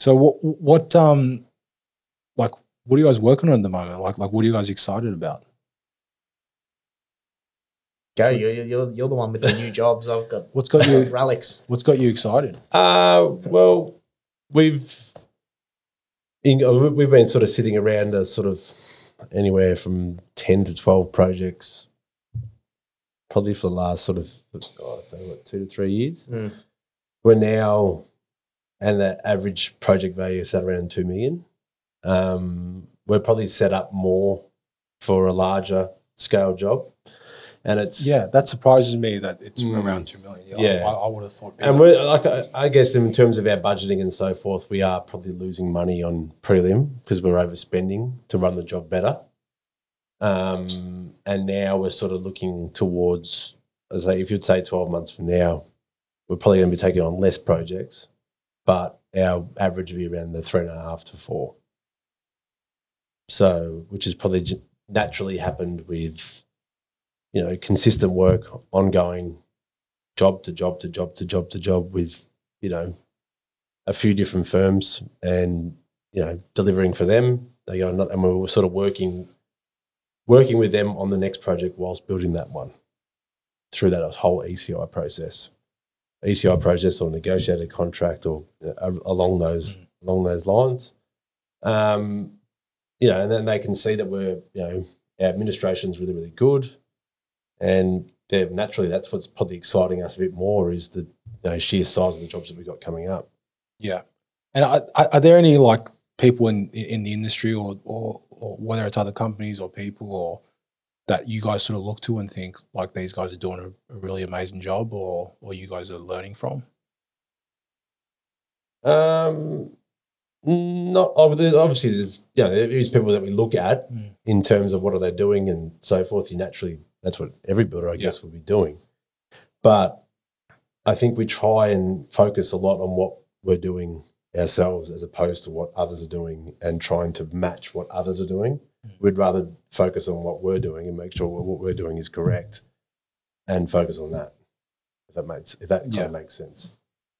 Speaker 2: So what what um like what are you guys working on at the moment? Like like what are you guys excited about?
Speaker 3: Go, you're, you're, you're the one with the new jobs. I've got
Speaker 2: What's got you
Speaker 3: relics.
Speaker 2: what's got you excited?
Speaker 1: Uh, well, we've in, uh, we- we've been sort of sitting around a sort of anywhere from ten to twelve projects, probably for the last sort of oh, I'd say what two to three years.
Speaker 3: Mm.
Speaker 1: We're now, and the average project value is at around two million. Um, we're probably set up more for a larger scale job, and it's
Speaker 2: Yeah, that surprises me that it's
Speaker 1: Mm.
Speaker 2: around two million.
Speaker 1: Yeah.
Speaker 2: I, I would have thought.
Speaker 1: And we're like, I, I guess in terms of our budgeting and so forth, we are probably losing money on prelim because we're overspending to run the job better. Um, and now we're sort of looking towards, as I, if you'd say 12 months from now, we're probably going to be taking on less projects, but our average would be around the three and a half to four. So, which has probably j- naturally happened with, you know, consistent work, ongoing job to job to job to job to job with you know a few different firms and you know delivering for them they go another- and we were sort of working working with them on the next project whilst building that one through that whole ECI process ECI process or negotiated contract or uh, along those along those lines um you know and then they can see that we're you know our administration's really really good and they're naturally that's what's probably exciting us a bit more is the you know, sheer size of the jobs that we've got coming up.
Speaker 2: Yeah. And are, are are there any like people in in the industry or, or or whether it's other companies or people or that you guys sort of look to and think like these guys are doing a, a really amazing job or or you guys are learning from?
Speaker 1: Um, not ob- there's- obviously there's you know there is people that we look at
Speaker 2: Mm.
Speaker 1: in terms of what are they doing and so forth. You naturally that's what every builder I guess would be doing, but I think we try and focus a lot on what we're doing ourselves as opposed to what others are doing and trying to match what others are doing We'd rather focus on what we're doing and make sure what what we're doing is correct, and focus on that. If that makes if that kind
Speaker 2: Yeah.
Speaker 1: of makes sense.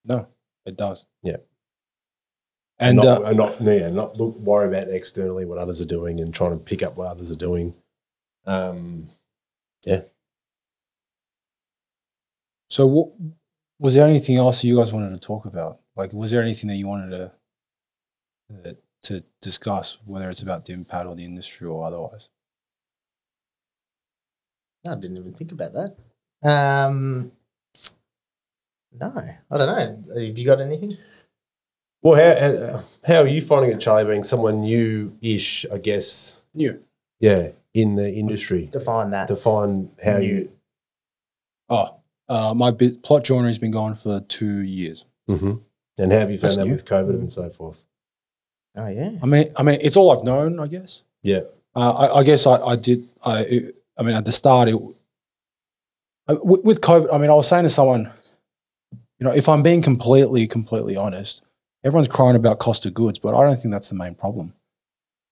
Speaker 2: No, it does.
Speaker 1: Yeah.
Speaker 2: And
Speaker 1: not,
Speaker 2: uh,
Speaker 1: and not, yeah, not look, worry about externally what others are doing and trying to pick up what others are doing. Um,
Speaker 2: so, what, was there anything else you guys wanted to talk about? Like, was there anything that you wanted to uh, to discuss, whether it's about the impact or the industry or otherwise?
Speaker 3: No, I didn't even think about that. Um, no, I don't know. Have you got anything?
Speaker 1: well, how uh, how are you finding it, Charlie? Being someone new-ish, I guess.
Speaker 2: New.
Speaker 1: yeah, in the industry.
Speaker 3: Define that.
Speaker 1: To find how you.
Speaker 2: Oh, uh, my bi- plot joiner has been gone for two years.
Speaker 1: hmm And how have you found
Speaker 2: That's
Speaker 1: that
Speaker 2: new.
Speaker 1: with COVID and so forth?
Speaker 3: oh yeah.
Speaker 2: I mean, I mean, it's all I've known, I guess.
Speaker 1: Yeah.
Speaker 2: Uh, I, I guess I, I did. I, it, I mean, at the start, it, I, with, with COVID, I mean, I was saying to someone, you know, if I'm being completely, completely honest, everyone's crying about cost of goods, but I don't think that's the main problem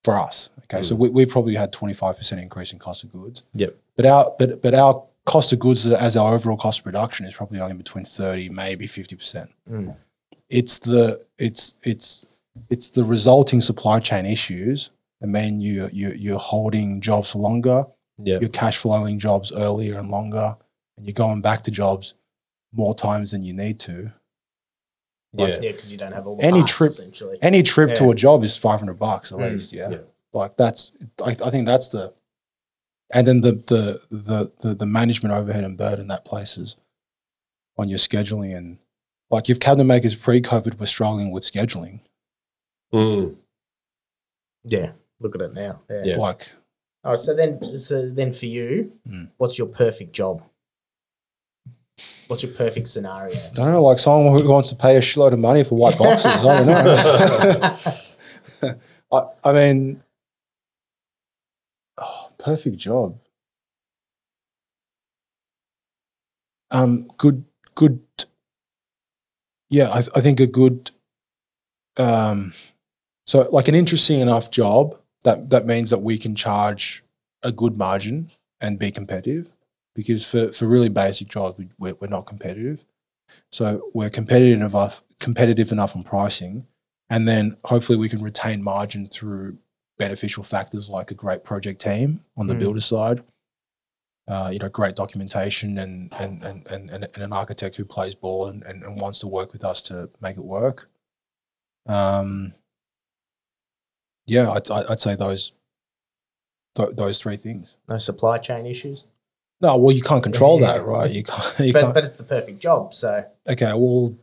Speaker 2: for us. Okay, so we, we've probably had 25% increase in cost of goods.
Speaker 1: Mm. Yep.
Speaker 2: But our but but our cost of goods as our overall cost of production is probably only between 30, maybe 50%.
Speaker 3: Mm.
Speaker 2: It's the it's it's it's the resulting supply chain issues. I mean, you you you're holding jobs for longer
Speaker 1: Yeah.
Speaker 2: you're cash flowing jobs earlier and longer, and you're going back to jobs more times than you need to.
Speaker 1: yeah.
Speaker 3: Yeah, because you don't have all the
Speaker 2: Any
Speaker 3: parts,
Speaker 2: trip-
Speaker 3: essentially.
Speaker 2: Any trip
Speaker 3: Yeah.
Speaker 2: to a job is 500 bucks at
Speaker 3: Mm,
Speaker 2: least. Yeah.
Speaker 1: yeah.
Speaker 2: Like that's, I, I think that's the, and then the, the, the, the, the management overhead and burden that places on your scheduling. And like if cabinet makers pre COVID were struggling with scheduling,
Speaker 1: Mm.
Speaker 3: yeah. Look at it now. Yeah.
Speaker 1: Yeah.
Speaker 2: like
Speaker 3: All right. So then, so then for you,
Speaker 2: Mm.
Speaker 3: what's your perfect job? What's your perfect scenario?
Speaker 2: I don't know, like someone who wants to pay a shitload of money for white boxes. I don't know. I, I mean, oh, perfect job. Um, good, good. Yeah, I, th- I think a good. Um, so like an interesting enough job that that means that we can charge a good margin and be competitive, because for for really basic jobs we, we're, we're not competitive. So we're competitive enough, competitive enough on pricing, and then hopefully we can retain margin through beneficial factors like a great project team on the
Speaker 3: Mm.
Speaker 2: builder side, uh, you know, great documentation and and, and, and and and an architect who plays ball and, and, and wants to work with us to make it work. Um, yeah, I'd, I'd I'd say those th- those three things.
Speaker 3: no supply chain issues.
Speaker 2: No, well, you can't control
Speaker 3: Yeah.
Speaker 2: that, right? You can't. You
Speaker 3: but
Speaker 2: can't.
Speaker 3: but it's the perfect job. So
Speaker 2: okay, well,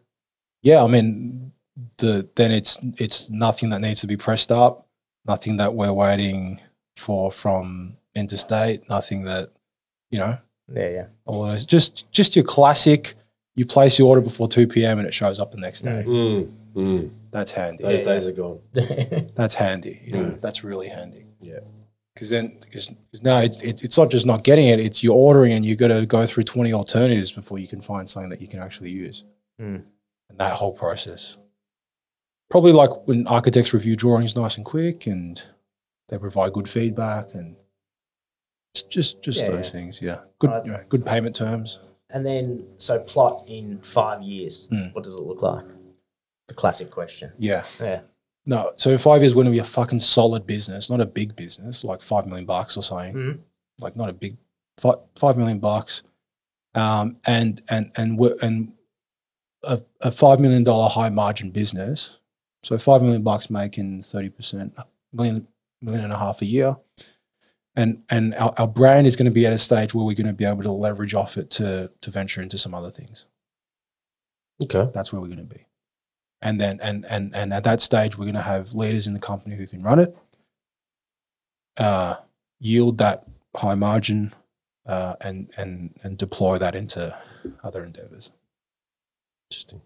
Speaker 2: yeah, I mean, the then it's it's nothing that needs to be pressed up, nothing that we're waiting for from interstate, nothing that you know,
Speaker 3: yeah, yeah.
Speaker 2: all those just just your classic. You place your order before two p.m. and it shows up the next day.
Speaker 1: Mm. Mm.
Speaker 2: That's handy.
Speaker 1: Those
Speaker 3: Yeah,
Speaker 1: days are gone.
Speaker 2: That's handy. You know,
Speaker 3: Mm.
Speaker 2: that's really handy.
Speaker 1: Yeah.
Speaker 2: Because then, because now it's, it's it's not just not getting it; it's you're ordering and you got to go through twenty alternatives before you can find something that you can actually use.
Speaker 3: Hmm.
Speaker 2: And that whole process, probably like when architects review drawings nice and quick, and they provide good feedback, and it's just just
Speaker 3: Yeah,
Speaker 2: those
Speaker 3: yeah.
Speaker 2: things. Yeah, good
Speaker 3: Right.
Speaker 2: you know, good payment terms.
Speaker 3: and then, so plot in five years.
Speaker 2: Mm.
Speaker 3: What does it look like? The classic question.
Speaker 2: Yeah,
Speaker 3: Yeah.
Speaker 2: no. So in five years, we're going to be a fucking solid business, not a big business like five million bucks or something.
Speaker 3: Hmm.
Speaker 2: like not a big five, five million bucks, um, and and and we're, and a, a five million dollar high margin business. So five million bucks making thirty percent, million million and a half a year, and and our, our brand is going to be at a stage where we're going to be able to leverage off it to to venture into some other things.
Speaker 1: Okay.
Speaker 2: That's where we're going to be, and then and and and at that stage we're going to have leaders in the company who can run it, uh, yield that high margin, uh, and and and deploy that into other endeavors.
Speaker 1: Interesting.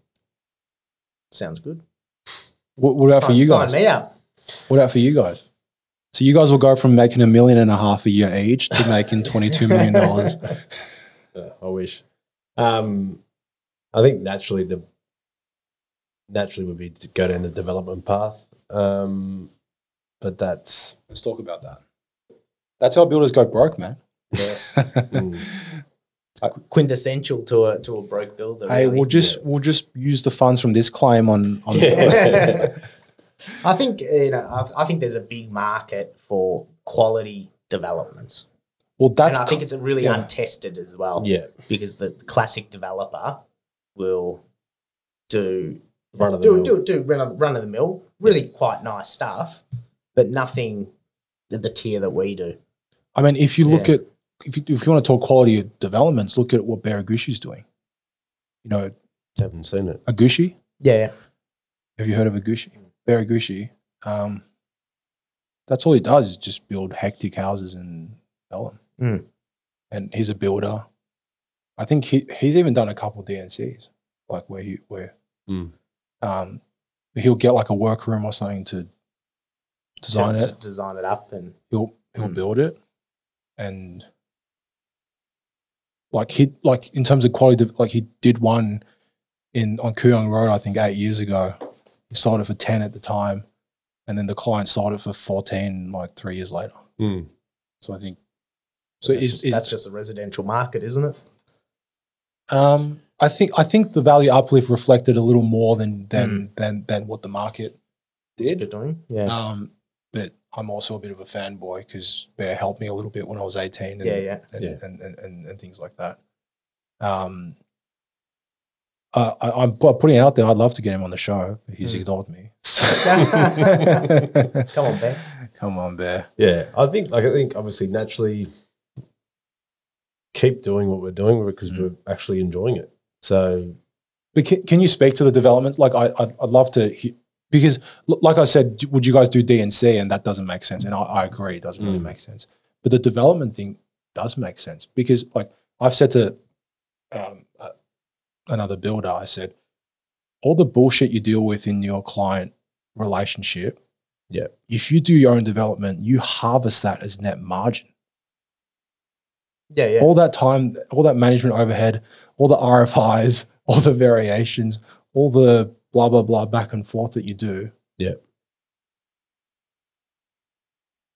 Speaker 3: Sounds good.
Speaker 2: What, what about for
Speaker 3: Sign-
Speaker 2: you
Speaker 3: sign
Speaker 2: guys?
Speaker 3: me up.
Speaker 2: What about for you guys? So you guys will go from making a million and a half a year each to making twenty two million dollars.
Speaker 1: Uh, I wish. Um, I think naturally the naturally would be to go down the development path. Um, but that's
Speaker 2: Let's talk about that. That's how builders go broke, man.
Speaker 3: Yes.
Speaker 1: Mm.
Speaker 3: Quintessential to a to a broke builder.
Speaker 2: Hey,
Speaker 3: really.
Speaker 2: we'll just we'll just use the funds from this claim on on.
Speaker 1: Yeah.
Speaker 3: I think you know. I, I think there's a big market for quality developments,
Speaker 2: well, that's
Speaker 3: and I think it's really
Speaker 2: yeah.
Speaker 3: untested as well.
Speaker 1: Yeah,
Speaker 3: because the classic developer will do
Speaker 1: run of the
Speaker 3: do
Speaker 1: mill.
Speaker 3: do do run of, run of the mill, really quite nice stuff, but nothing at the tier that we do.
Speaker 2: I mean, if you look
Speaker 3: Yeah.
Speaker 2: at if you, if you want to talk quality of developments, look at what Baragushi's doing. You know,
Speaker 1: Haven't seen it.
Speaker 2: Agushi.
Speaker 3: Yeah,
Speaker 2: Have you heard of Agushi? Baragouchi. Um, that's all he does is just build hectic houses and sell them.
Speaker 3: Mm.
Speaker 2: And he's a builder. I think he, he's even done a couple DNCs, like where he where
Speaker 1: Mm.
Speaker 2: um, he'll get like a workroom or something to design
Speaker 3: to-
Speaker 2: it.
Speaker 3: to design it up, and
Speaker 2: He'll he'll
Speaker 3: Mm.
Speaker 2: build it, and like he like in terms of quality, of- like he did one in on Kuyong Road, I think eight years ago. He sold it for ten at the time, and then the client sold it for fourteen like three years later.
Speaker 1: Mm.
Speaker 2: So I think so.
Speaker 3: that's,
Speaker 2: Is
Speaker 3: just,
Speaker 2: is
Speaker 3: that's just a residential market, isn't it?
Speaker 2: um, I think I think the value uplift reflected a little more than than than than what the market
Speaker 3: You're
Speaker 2: did.
Speaker 3: doing, Hmm. yeah,
Speaker 2: Um, but I'm also a bit of a fanboy because Bear helped me a little bit when I was 18. And,
Speaker 3: yeah, yeah.
Speaker 2: and,
Speaker 1: Yeah.
Speaker 2: and, and, and, and things like that. Um, I, I- I'm pu- putting it out there. I'd love to get him on the show. But he's
Speaker 3: Mm.
Speaker 2: ignored me.
Speaker 3: Come on, Bear.
Speaker 2: Come on, Bear.
Speaker 1: Yeah, I think like I think obviously naturally keep doing what we're doing because
Speaker 2: Mm.
Speaker 1: we're actually enjoying it. So
Speaker 2: But can, can you speak to the development? Like, I, I'd, I'd love to, he- because l- like I said, d- would you guys do DNC? And that doesn't make sense. And I, I agree, it doesn't really
Speaker 1: Mm.
Speaker 2: make sense. But the development thing does make sense because, like, I've said to um, uh, another builder, I said, all the bullshit you deal with in your client relationship,
Speaker 1: Yeah.
Speaker 2: if you do your own development, you harvest that as net margin
Speaker 3: Yeah, yeah.
Speaker 2: all that time, all that management overhead, all the RFIs, all the variations, all the blah blah blah back and forth that you do.
Speaker 1: Yeah.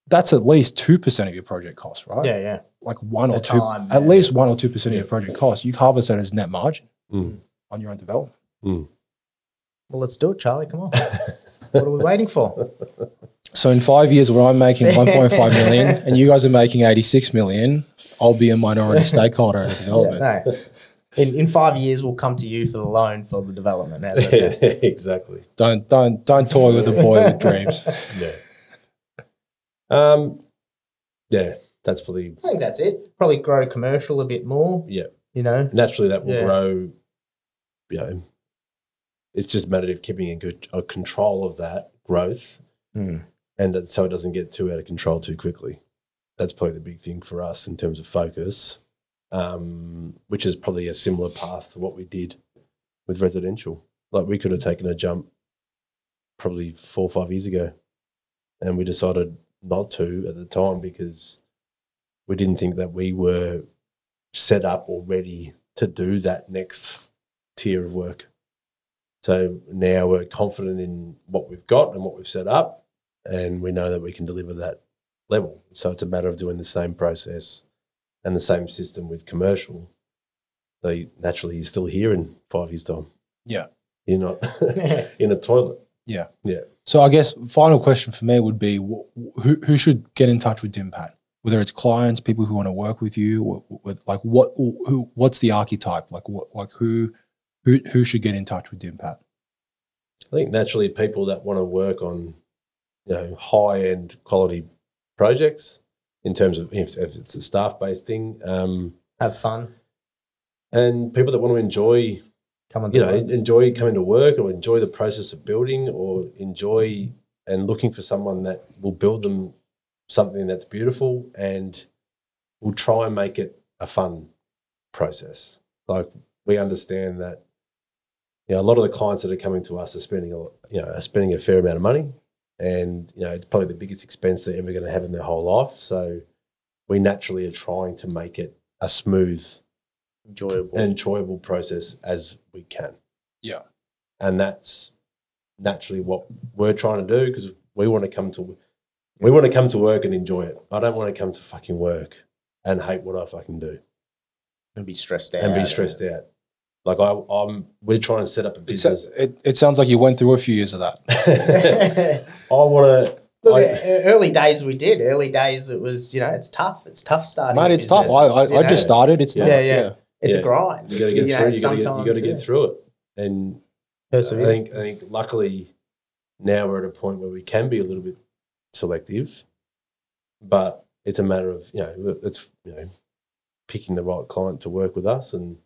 Speaker 2: That's at least two percent of your project cost, right?
Speaker 3: Yeah, yeah.
Speaker 2: Like one
Speaker 3: The
Speaker 2: or two,
Speaker 3: time,
Speaker 2: at
Speaker 3: yeah.
Speaker 2: least one or two percent of your project cost. You harvest that as net margin
Speaker 1: Mm.
Speaker 2: on your own development.
Speaker 3: Well, let's do it, Charlie. Come on. what are we waiting for?
Speaker 2: So in five years, where I'm making 1.5 million and you guys are making 86 million, I'll be a minority stakeholder in the development.
Speaker 3: No. In, in five years, we'll come to you for the loan for the development. How's that sound?
Speaker 1: exactly.
Speaker 2: Don't don't don't toy with a boy with dreams.
Speaker 1: Yeah. Um. Yeah, that's probably
Speaker 3: I think that's it. Probably grow commercial a bit more.
Speaker 1: Yeah.
Speaker 3: You know,
Speaker 1: naturally that will
Speaker 3: Yeah.
Speaker 1: grow. You know, it's just a matter of keeping a good a control of that growth,
Speaker 3: Hmm.
Speaker 1: and that, so it doesn't get too out of control too quickly. That's probably the big thing for us in terms of focus, um, which is probably a similar path to what we did with residential. Like we could have taken a jump probably four or five years ago, and we decided not to at the time because we didn't think that we were set up or ready to do that next tier of work. So now we're confident in what we've got and what we've set up, and we know that we can deliver that level. So it's a matter of doing the same process and the same system with commercial. So you, naturally, you're still here in five years' time.
Speaker 2: Yeah.
Speaker 1: You're not in a toilet.
Speaker 2: So I guess final question for me would be wh- who who should get in touch with Dimpat? Whether it's clients, people who want to work with you, or, or- like what who what's the archetype? Like what like who who who should get in touch with Dimpat?
Speaker 1: I think naturally people that want to work on, you know, high end quality projects in terms of if, if it's a staff based thing, um,
Speaker 3: have fun.
Speaker 1: and people that want to enjoy,
Speaker 3: Come on,
Speaker 1: you know, enjoy coming to work or enjoy the process of building or enjoy and looking for someone that will build them something that's beautiful and will try and make it a fun process. Like we understand that, you know, a lot of the clients that are coming to us are spending, a, lot- you know, are spending a fair amount of money and, you know, it's probably the biggest expense they're ever going to have in their whole life. So we naturally are trying to make it a smooth
Speaker 3: enjoyable.
Speaker 1: and enjoyable process as we can.
Speaker 2: Yeah.
Speaker 1: And that's naturally what we're trying to do because we want to come to We want to come to work and enjoy it. I don't want to come to fucking work and hate what I fucking do
Speaker 3: and be stressed out
Speaker 1: and be stressed out. Like I, I'm, we're trying to set up a
Speaker 2: It,
Speaker 1: business.
Speaker 2: it, it sounds like you went through a few years of that.
Speaker 1: I
Speaker 3: Look,
Speaker 1: want to. I-
Speaker 3: e- early days we did. Early days it was, you know, it's tough. It's tough starting.
Speaker 2: Mate,
Speaker 3: a
Speaker 2: it's tough. I,
Speaker 3: business.
Speaker 2: I,
Speaker 3: It's, you
Speaker 2: I
Speaker 3: know,
Speaker 2: just started. It's
Speaker 1: Yeah,
Speaker 2: tough.
Speaker 3: yeah, yeah. It's
Speaker 1: Yeah.
Speaker 3: a grind.
Speaker 1: You got to get
Speaker 3: know,
Speaker 1: through. You
Speaker 3: it's
Speaker 1: got to get, you gotta
Speaker 3: sometimes,
Speaker 1: get
Speaker 3: yeah.
Speaker 1: through it. And I
Speaker 3: Persevere.
Speaker 1: think, I think, luckily, now we're at a point where we can be a little bit selective, but it's a matter of you know, it's you know, picking the right client to work with us, and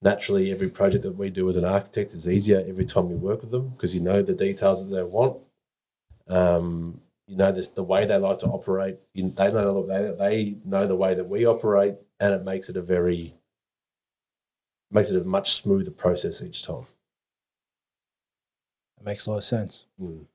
Speaker 1: naturally, every project that we do with an architect is easier every time we work with them because you know the details that they want. Um, you know this, the way they like to operate. You, they know they, they know the way that we operate, and it makes it a very makes it a much smoother process each time.
Speaker 2: It makes a lot of sense.
Speaker 1: Mm.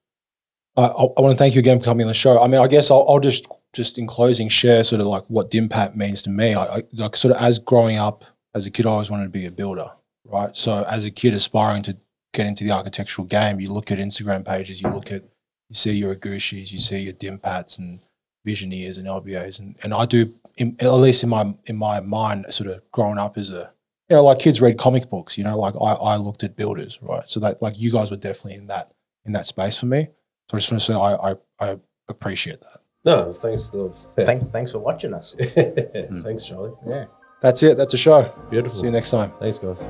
Speaker 2: I, I, I want to thank you again for coming on the show. I mean, I guess I'll, I'll just just in closing share sort of like what DIMPAT means to me. I, I like sort of as growing up as a kid, I always wanted to be a builder, right? So as a kid aspiring to get into the architectural game, you look at Instagram pages, you look at you see your Agushis, you see your DIMPATs and Visioneers and LBAs, and, and I do in, at least in my in my mind, sort of growing up as a you know like kids read comic books, you know, like I, I looked at builders, right? So that like you guys were definitely in that in that space for me. So I just want to say I, I, I appreciate that.
Speaker 1: No, thanks. Love.
Speaker 3: Thanks, thanks for watching us.
Speaker 1: thanks, Charlie.
Speaker 3: Yeah.
Speaker 2: That's it. That's a show.
Speaker 1: Beautiful.
Speaker 2: See you next time.
Speaker 1: Thanks, guys.